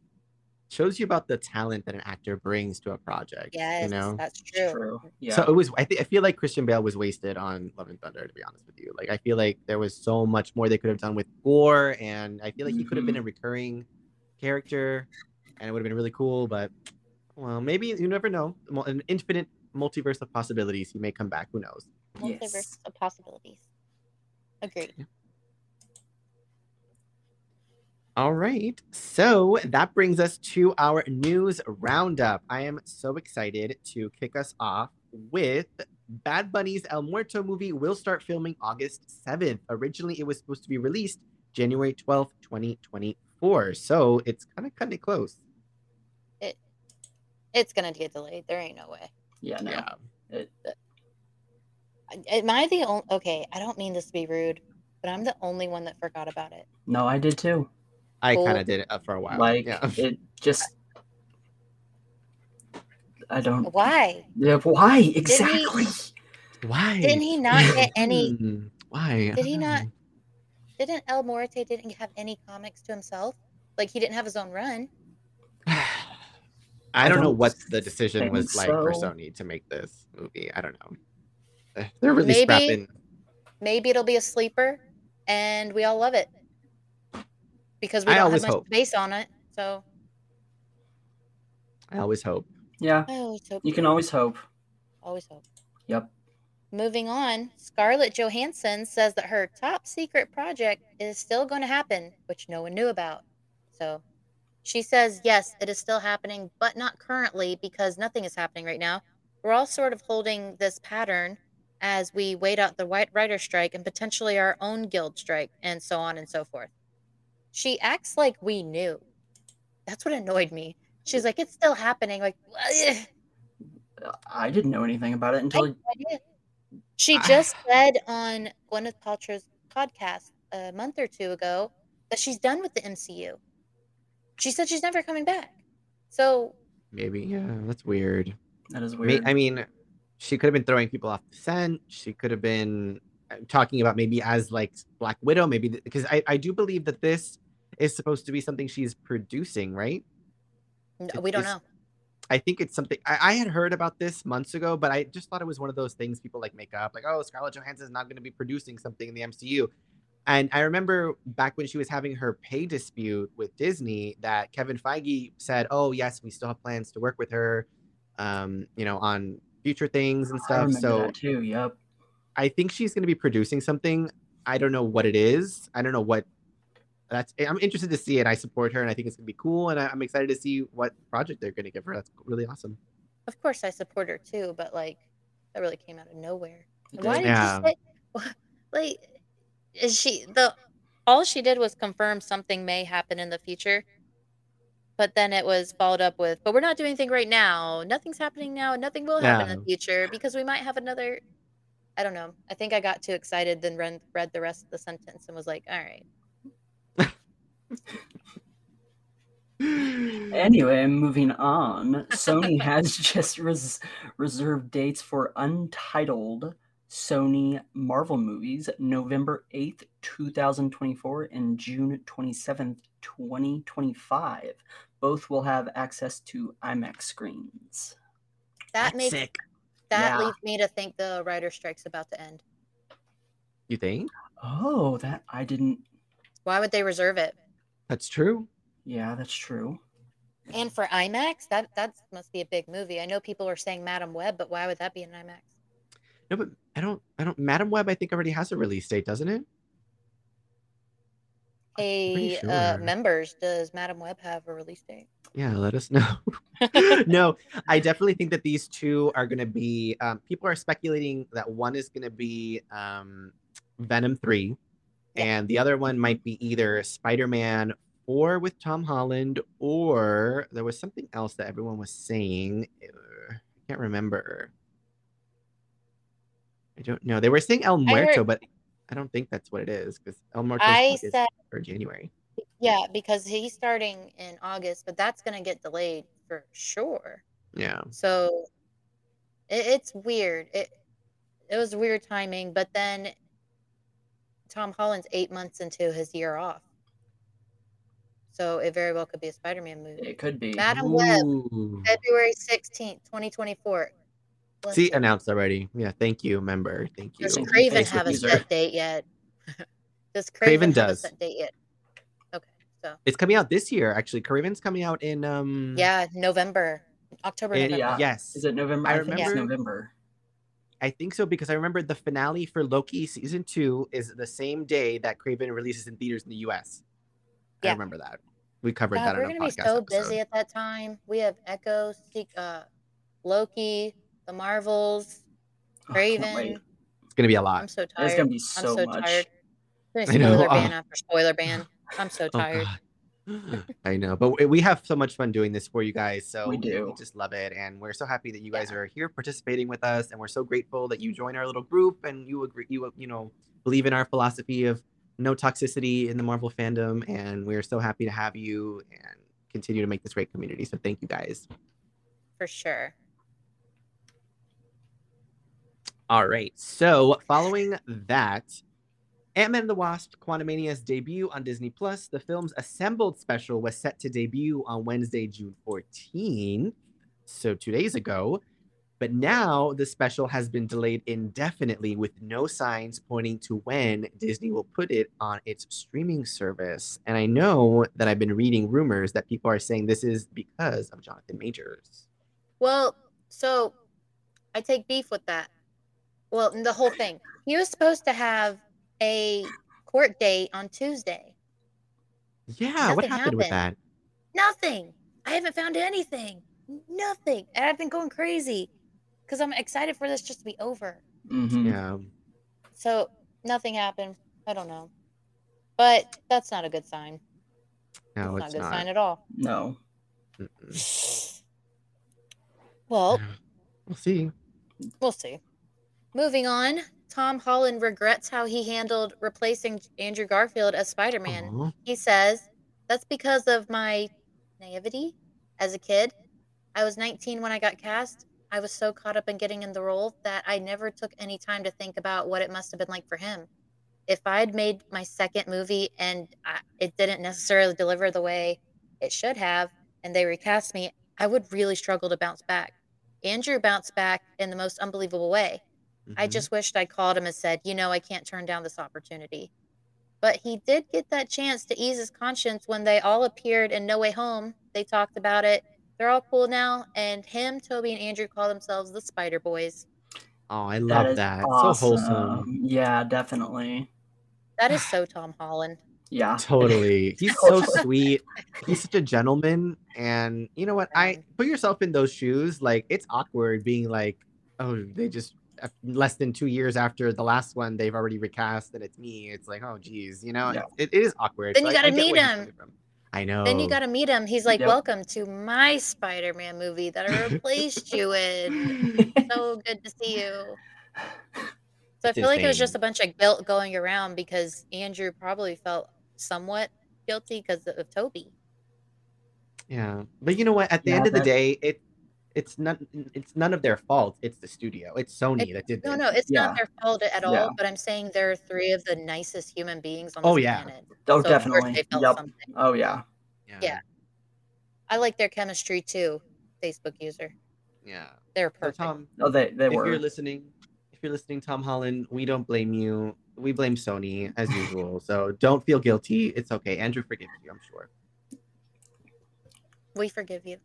Shows you about the talent that an actor brings to a project. Yes, You know. that's It's true. true. Yeah. So it was. I think I feel like Christian Bale was wasted on Love and Thunder. To be honest with you, like I feel like there was so much more they could have done with Gore, and I feel like he could have been a recurring character, and it would have been really cool. But well, maybe you never know. Mul- An infinite multiverse of possibilities. He may come back. Who knows? Multiverse Yes. of possibilities. Agreed. All right. So that brings us to our news roundup. I am so excited to kick us off with Bad Bunny's El Muerto movie will start filming August 7th. Originally, it was supposed to be released January 12th, 2024. So it's kind of cutting it close. It's gonna get delayed. There ain't no way. yeah. No. It- I- Am I the only? Okay, I don't mean this to be rude, but I'm the only one that forgot about *laughs* it. no, I did too. I Cool. kind of did it up for a while. Like yeah. it just. I don't. Why Yeah, why exactly? Why? didn't he not get any? Hmm, Why? I Did he don't not- know. Didn't El Morte didn't have any comics to himself? Like he didn't have his own run. *sighs* I don't know don't what the decision think was like for so. Sony to make this movie. I don't know. Eh, They're really Maybe- scrapping. Maybe it'll be a sleeper, and we all love it because we I don't always have much hope. space on it. So I always hope. Yeah, I always hope. you can always hope. always hope. Yep. Moving on, Scarlett Johansson says that her top secret project is still going to happen, which no one knew about. So she says, yes, it is still happening, but not currently because nothing is happening right now. We're all sort of holding this pattern as we wait out the white writer strike and potentially our own guild strike and so on and so forth. She acts like we knew. That's what annoyed me. She's like, it's still happening. Like, I didn't know anything about it until idea. She I- just said on Gwyneth Paltrow's podcast a month or two ago that she's done with the MCU. She said she's never coming back. So Maybe. Yeah, that's weird. that is Ma- weird. I mean, she could have been throwing people off the scent. She could have been uh, talking about maybe as like Black Widow, maybe because I, I do believe that this is supposed to be something she's producing, right? n- It we don't is- know. I think it's something I, I had heard about this months ago, but I just thought it was one of those things people like make up, like, oh, Scarlett Johansson's not going to be producing something in the MCU. And I remember back when she was having her pay dispute with Disney, that Kevin Feige said, "Oh yes, we still have plans to work with her, um, you know, on future things and I stuff." remember So that too. Yep. I think she's going to be producing something. I don't know what it is. I don't know what. That's. eh, I'm interested to see it. I support her, and I think it's going to be cool. And I, I'm excited to see what project they're going to give her. That's really awesome. Of course, I support her too, but like, that really came out of nowhere. Why did Yeah. you say? *laughs* Like, is she the? All she did was confirm something may happen in the future, but then it was followed up with, "But we're not doing anything right now. Nothing's happening now. and Nothing will happen in the future because we might have another." I don't know. I think I got too excited, then read, read the rest of the sentence and was like, "All right, Anyway, moving on. *laughs* Sony has just res- reserved dates for untitled Sony Marvel movies November 8th, 2024 and June 27th, 2025. Both will have access to IMAX screens. that That's makes sick. that Yeah. leads me to think the writer strike's about to end. You think Oh, that I didn't. Why would they reserve it? that's true? Yeah, that's true. And for IMAX, that that must be a big movie. I know people are saying Madam Web, but why would that be an IMAX? No, but I don't. I don't. Madam Web, I think already has a release date, doesn't it? A pretty uh, sure. members does Madam Web have a release date? Yeah, let us *laughs* know. *laughs* no, I definitely think that these two are going to be. Um, people are speculating that one is going to be um, Venom 3, Yeah. and the other one might be either Spider Man or with Tom Holland, or there was something else that everyone was saying. Uh, I can't remember. I don't know. They were saying El Muerto, but I don't think that's what it is because El Muerto I is said for January. yeah because he's starting in August, but that's gonna get delayed for sure. Yeah. So it, it's weird. It it was weird timing, but then Tom Holland's eight months into his year off, so it very well could be a Spider-Man movie. It could be. Hmm. Madam Web, Ooh. February sixteenth, twenty twenty-four. See, announced already. Yeah, thank you, member. Thank you. Does Using Craven Facebook have a user. set date *laughs* yet? Does Craven Craven, does. have a set date yet? Okay, so It's coming out this year, actually. Craven's coming out in um yeah, November, October, in- November. Mm. Yeah. yes. Is it November? I I, think it's remember- November. I think so because I remember the finale for Loki season two is the same day that Craven releases in theaters in the US. I Yeah. remember that. We covered God, that we're on a gonna be podcast. so episode. busy at that time. We have Echo, Se- uh, Loki, The Marvels, Oh, I can't Craven. Uh, wait. It's gonna be a I'm lot. so tired. There's gonna be I'm so, much. tired. We're I gonna know, spoiler ah. ban *laughs* after spoiler ban. I'm so Oh, tired. *laughs* God. I know, but we- we have so much fun doing this for you guys. So We do. just love it, and we're so happy that you guys are here participating with us, and we're so grateful that you join our little group and you agree, you you know, believe in our philosophy of no toxicity in the Marvel fandom, and we're so happy to have you and continue to make this great community. So thank you guys. for sure. All right. So following that, Ant-Man and the Wasp: Quantumania's debut on Disney Plus. The film's assembled special was set to debut on Wednesday, June 14th, so two days ago. But now the special has been delayed indefinitely with no signs pointing to when Disney will put it on its streaming service. And I know that I've been reading rumors that people are saying this is because of Jonathan Majors. Well, so I take beef with that. Well, and the whole thing. He was supposed to have a court date on Tuesday. Yeah, what Nothing happened with that? Nothing. I haven't found anything. Nothing. And I've been going crazy because I'm excited for this just to be over. Mhm. Yeah. So nothing happened. I don't know. But that's not a good sign. No, it's that's not a good not. sign *sighs* at all. No. Mm-mm. Well, We'll see. We'll see. Moving on, Tom Holland regrets how he handled replacing Andrew Garfield as Spider Man. Aw. He says, That's because of my naivety as a kid. I was 19 when I got cast. I was so caught up in getting in the role that I never took any time to think about what it must have been like for him. If I had made my second movie and I, it didn't necessarily deliver the way it should have, and they recast me, I would really struggle to bounce back. Andrew bounced back in the most unbelievable way. I Mhm. just wished I called him and said, you know, I can't turn down this opportunity. But he did get that chance to ease his conscience when they all appeared in No Way Home. They talked about it. They're all cool now. And him, Toby, and Andrew call themselves the Spider Boys. Oh, I love is that. So wholesome. awesome. Yeah, definitely. That is so Tom Holland. Yeah. *laughs* *laughs* Totally. He's *laughs* so sweet. He's such a gentleman. And you know what? I Um, put yourself in those shoes. Like it's awkward being like, oh, they just af- less than two years after the last one, they've already recast, and it's me. It's like, oh, geez, you know, Yeah. it, it is awkward. Then you I- gotta I get where meet he's him. coming from. I know. Then you got to meet him. He's like, Yep. welcome to my Spider Man movie that I replaced you Oh, in. So good to see *sighs* you. It's So I feel like it was just insane. a bunch of guilt going around because Andrew probably felt somewhat guilty because of Toby. Yeah, but you know what? At the Yeah, end of the that- day, it it's not it's none of their fault. It's the studio. It's Sony that did this. No, no, it's Yeah. not their fault at all. Yeah. But I'm saying they're three of the nicest human beings on this Oh, yeah. planet. oh, so Of course definitely. they felt Yep. something. Oh, yeah. yeah. I like their chemistry too. Facebook user, yeah. they're So perfect. Tom, Oh, they, they if were. you're listening, if you're listening, Tom Holland, we don't blame you. We blame Sony as usual. So don't feel guilty. It's okay. Andrew forgives you. I'm sure we forgive you.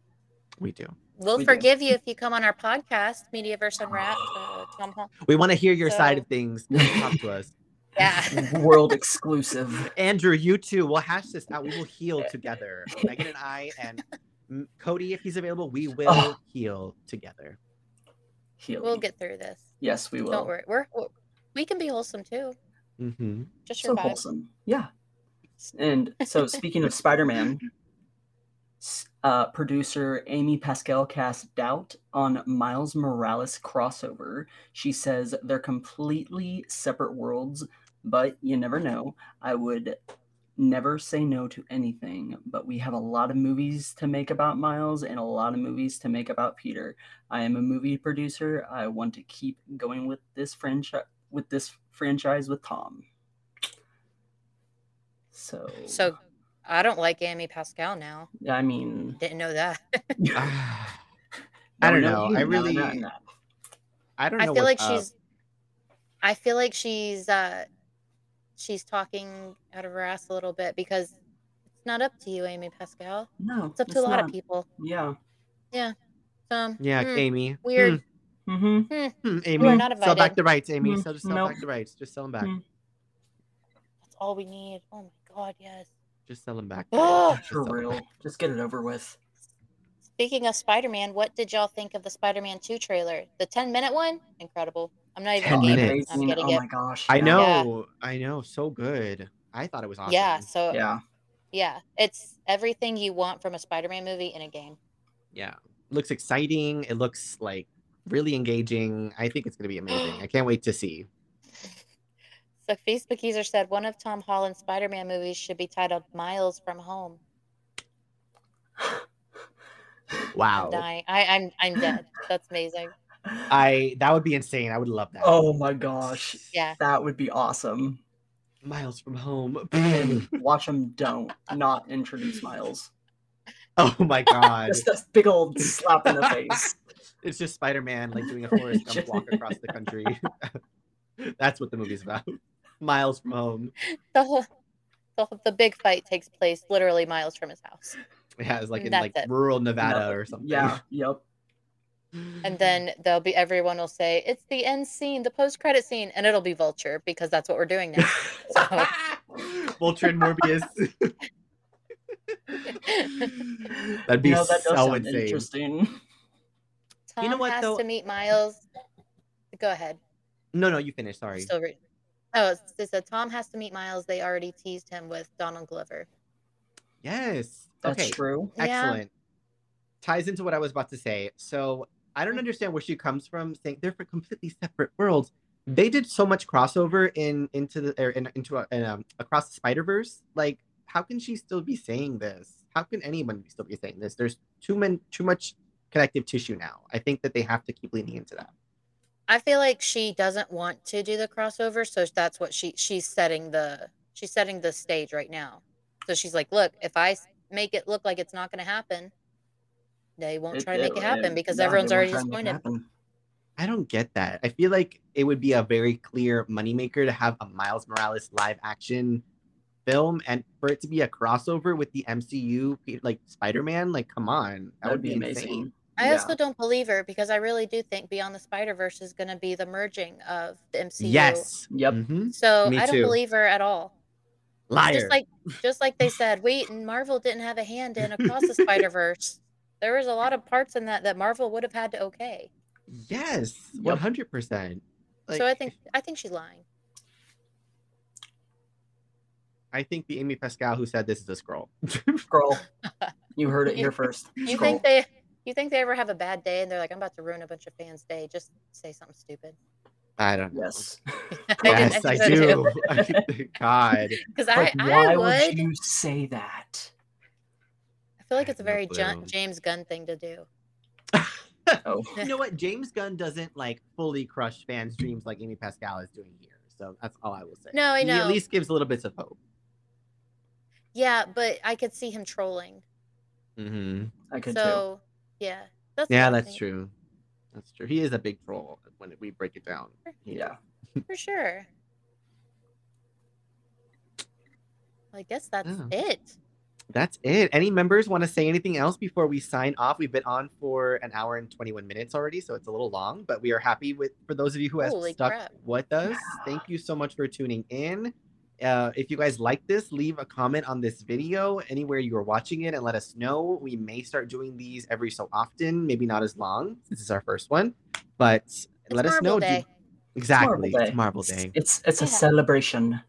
we do. We'll We do. forgive you if you come on our podcast, Mediaverse Unwrapped. Uh, Tom *laughs* Hall. We want to hear your side So- of things. Come talk to us, Yeah. *laughs* World exclusive. Andrew. You too. We'll hash this out. We will heal *laughs* together. Megan and I and mm, Cody, if he's available, we will Oh. heal together. Healing. we'll get through this. yes, we will. Don't worry. We're, we're we can be wholesome too. Mm-hmm. *sighs* Just so your vibe. wholesome. Yeah. *laughs* And so, speaking of Spider Man, uh, producer Amy Pascal cast doubt on Miles Morales crossover. She says they're completely separate worlds, but you never know. I would never say no to anything, but we have a lot of movies to make about Miles and a lot of movies to make about Peter. I am a movie producer. I want to keep going with this franchise with this franchise with Tom. So, So I don't like Amy Pascal now. I mean, Didn't know that. I don't No, know. you I really- no, no. I don't know. uh, I feel like what's up. she's I feel like she's uh she's talking out of her ass a little bit because it's not up to you, Amy Pascal. No, It's up to a lot of people. Yeah. Um Yeah, hmm, Amy. weird. Mm-hmm. Hmm, hmm, Amy, We're not sell back invited. the rights, Amy. Mm, Sell just sell nope. back the rights. Just sell them back. Mm. That's all we need. Oh my god, yes. Just sell them back. Oh, Just For sell 'em real. back. Just get it over with. Speaking of Spider Man, what did y'all think of the Spider Man two trailer? The ten minute one? Incredible. I'm not even 10 a gamer. minutes. I'm Amazing. getting oh it. my gosh. I yeah. know. I know. So good. I thought it was awesome. Yeah, so yeah. Yeah. It's everything you want from a Spider Man movie in a game. Yeah. Looks exciting. It looks like really engaging. I think it's gonna be amazing. I can't wait to see. So Facebook user said one of Tom Holland's Spider Man movies should be titled Miles from Home. I'm Wow. dying. I, I'm I'm dead. That's amazing. I that would be insane. I would love that. Oh my gosh. *laughs* Yeah. That would be awesome. Miles from home. *laughs* And watch them don't not introduce Miles. oh my god. Just a big old slap in the face. it's just Spider-Man like doing a Forrest Gump Just- walk *laughs* across the country. *laughs* That's what the movie's about. Miles from home. The whole the, whole- the big fight takes place literally miles from his house. Yeah, it's like in That's like it. rural Nevada No, or *laughs* something. *laughs* Yeah. Yep. And then there'll be everyone will say, It's the end scene, the post credit scene, and it'll be Vulture because that's what we're doing *laughs* now. So- Vulture and Morbius. That'd be You know, that does so sound insane. interesting. Tom know what, has though? to meet Miles. Go ahead. No, no, you finish. I'm Sorry. Still re- oh, it says that Tom has to meet Miles. They already teased him with Donald Glover. Yes. That's okay. true. Yeah. Excellent. Ties into what I was about to say. So I don't understand where she comes from saying they're for completely separate worlds. They did so much crossover in into the or in, into a, in, um, across the Spider Verse. Like, how can she still be saying this? How can anyone still be saying this? There's too many, too much connective tissue now. I think that they have to keep leaning into that. I feel like she doesn't want to do the crossover, so that's what she she's setting the she's setting the stage right now. So she's like, look, if I s- make it look like it's not going to happen, They won't try to make it happen because everyone's already disappointed. I don't get that. I feel like it would be a very clear moneymaker to have a Miles Morales live action film and for it to be a crossover with the MCU, like Spider Man. Like, come on. That would be, amazing. Insane. I also don't believe her because I really do think Beyond the Spider Verse is going to be the merging of the MCU. Yes. Yep. Mhm. So Me I don't too. believe her at all. Liar. Just like just like they said, we Marvel didn't have a hand in across the Spider Verse. There was a lot of parts in that that Marvel would have had to okay. yes. Yep. 100%. Like, so I think I think she's lying. I think the Amy Pascal who said this is a scroll. Girl, you heard it here first. You Scroll. think they you think they ever have a bad day and they're like, I'm about to ruin a bunch of fans' day. Just say something stupid. I don't know. Yes. *laughs* Yes, I, think so too. do. *laughs* I- *laughs* God. Because Like, I, why I would. would you say that? I feel I like it's a have no very Ju- clue. James Gunn thing to do. Oh, You know what? James Gunn doesn't like fully crush fans' dreams like Amy Pascal is doing here. So that's all I will say. No, I He at know. least gives little bits of hope. Yeah, but I could see him trolling. Mm-hmm. I could too. so yeah, that's Yeah, what I that's think, true. That's true. He is a big troll when we break it down. He Yeah. is. for sure. I guess that's Yeah. it. That's it. Any members want to say anything else before we sign off? We've been on for an hour and 21 minutes already, so it's a little long, but we are happy with for those of you who have Holy stuck crap. with us. Thank you so much for tuning in. Uh, if you guys like this, leave a comment on this video anywhere you are watching it and let us know. We may start doing these every so often, maybe not as long. This is our first one, but It's let us Marvel know. Do- Day. Exactly. Day. It's Marvel It's Day. it's, it's a Yeah. celebration.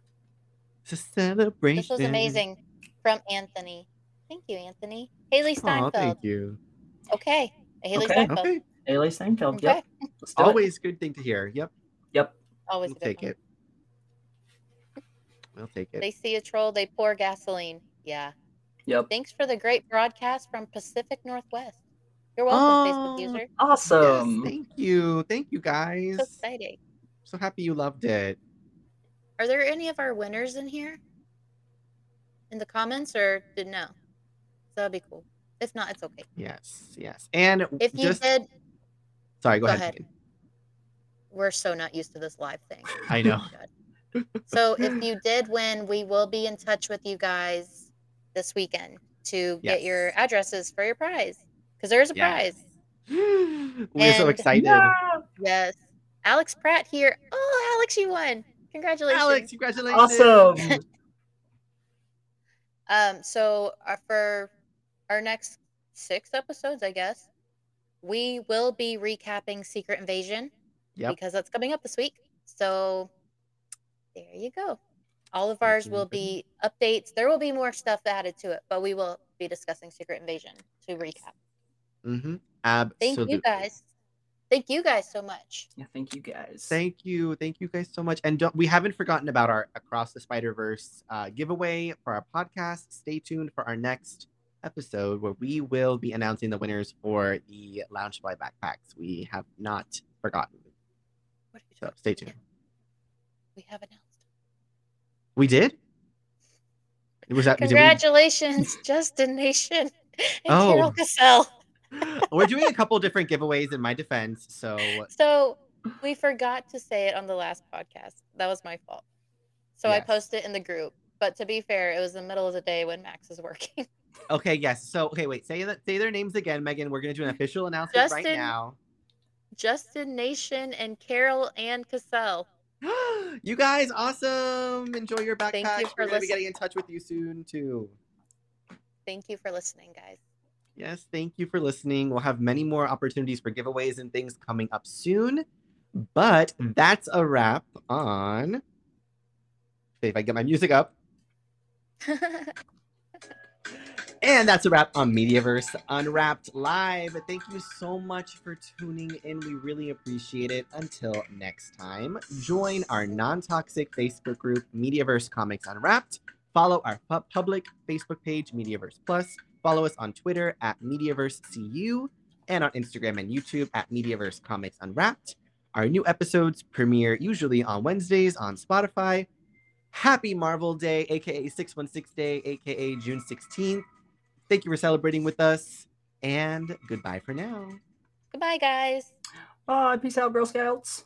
It's a celebration. This was amazing from Anthony. Thank you, Anthony. Haley Aw, Steinfeld. thank you. Okay, Haley Okay. Steinfeld. Okay. A.L.A. Steinfeld. Okay, Yep. Let's do it. Always good thing to hear. Yep. Yep. always We'll a good take one. it. We'll take it. They see a troll, they pour gasoline. Yeah. Yep. Thanks for the great broadcast from Pacific Northwest. You're welcome, Oh, Facebook user. yes, Awesome. thank you. Thank you guys. So exciting. So happy you loved it. Are there any of our winners in here? In the comments or did no? That'd be cool. If not, it's okay. Yes, yes. And If you just did, sorry, go, go ahead. ahead. we're so not used to this live thing. *laughs* Oh I know. God. so if you did win, we will be in touch with you guys this weekend to get your Yes. addresses for your prize. Because there is a Yes. prize. *gasps* We're so And- excited. Yes. Alex Pratt here. Oh, Alex, you won. Congratulations. Alex, congratulations. Awesome. Um, so uh, for our next six episodes, I guess, we will be recapping Secret Invasion Yep. because that's coming up this week. So there you go. All of Thank ours you, will be updates. There will be more stuff added to it, but we will be discussing Secret Invasion to recap. Mm-hmm. Thank Absolutely. you guys. Thank you guys so much. *laughs* Yeah, thank you guys. Thank you. Thank you guys so much. And don't, we haven't forgotten about our Across the Spider Verse uh, giveaway for our podcast. Stay tuned for our next episode where we will be announcing the winners for the Loungefly backpacks. We have not forgotten. What are we So doing? stay tuned. We have announced. We did? Was that did we- Congratulations, *laughs* Justin Nation and Oh. Carol Cassell. We're doing a couple different giveaways in my defense. So So we forgot to say it on the last podcast. That was my fault. So I Yes. posted it in the group. But to be fair, it was the middle of the day when Max is working. *laughs* okay, yes. So okay, wait. Say that. Say their names again, Megan. We're gonna do an official announcement right Justin- now. Justin Nation and Carol and Cassell. *gasps* you guys, awesome! Enjoy your backpacks. Thank you for We're gonna be listening. getting in touch with you soon too. Thank you for listening, guys. *laughs* Yes, thank you for listening. We'll have many more opportunities for giveaways and things coming up soon. But that's a wrap on. If I get my music up. And that's a wrap on Mediaverse Unwrapped Live. Thank you so much for tuning in. We really appreciate it. Until next time, join our non toxic Facebook group, Mediaverse Comics Unwrapped. Follow our pu- public Facebook page, Mediaverse Plus. Follow us on Twitter at Mediaverse CU and on Instagram and YouTube at Mediaverse Comics Unwrapped. Our new episodes premiere usually on Wednesdays on Spotify. Happy Marvel Day, aka 616 Day, aka June 16th. Thank you for celebrating with us. and goodbye for now. Goodbye, guys. Bye. Peace out, Girl Scouts.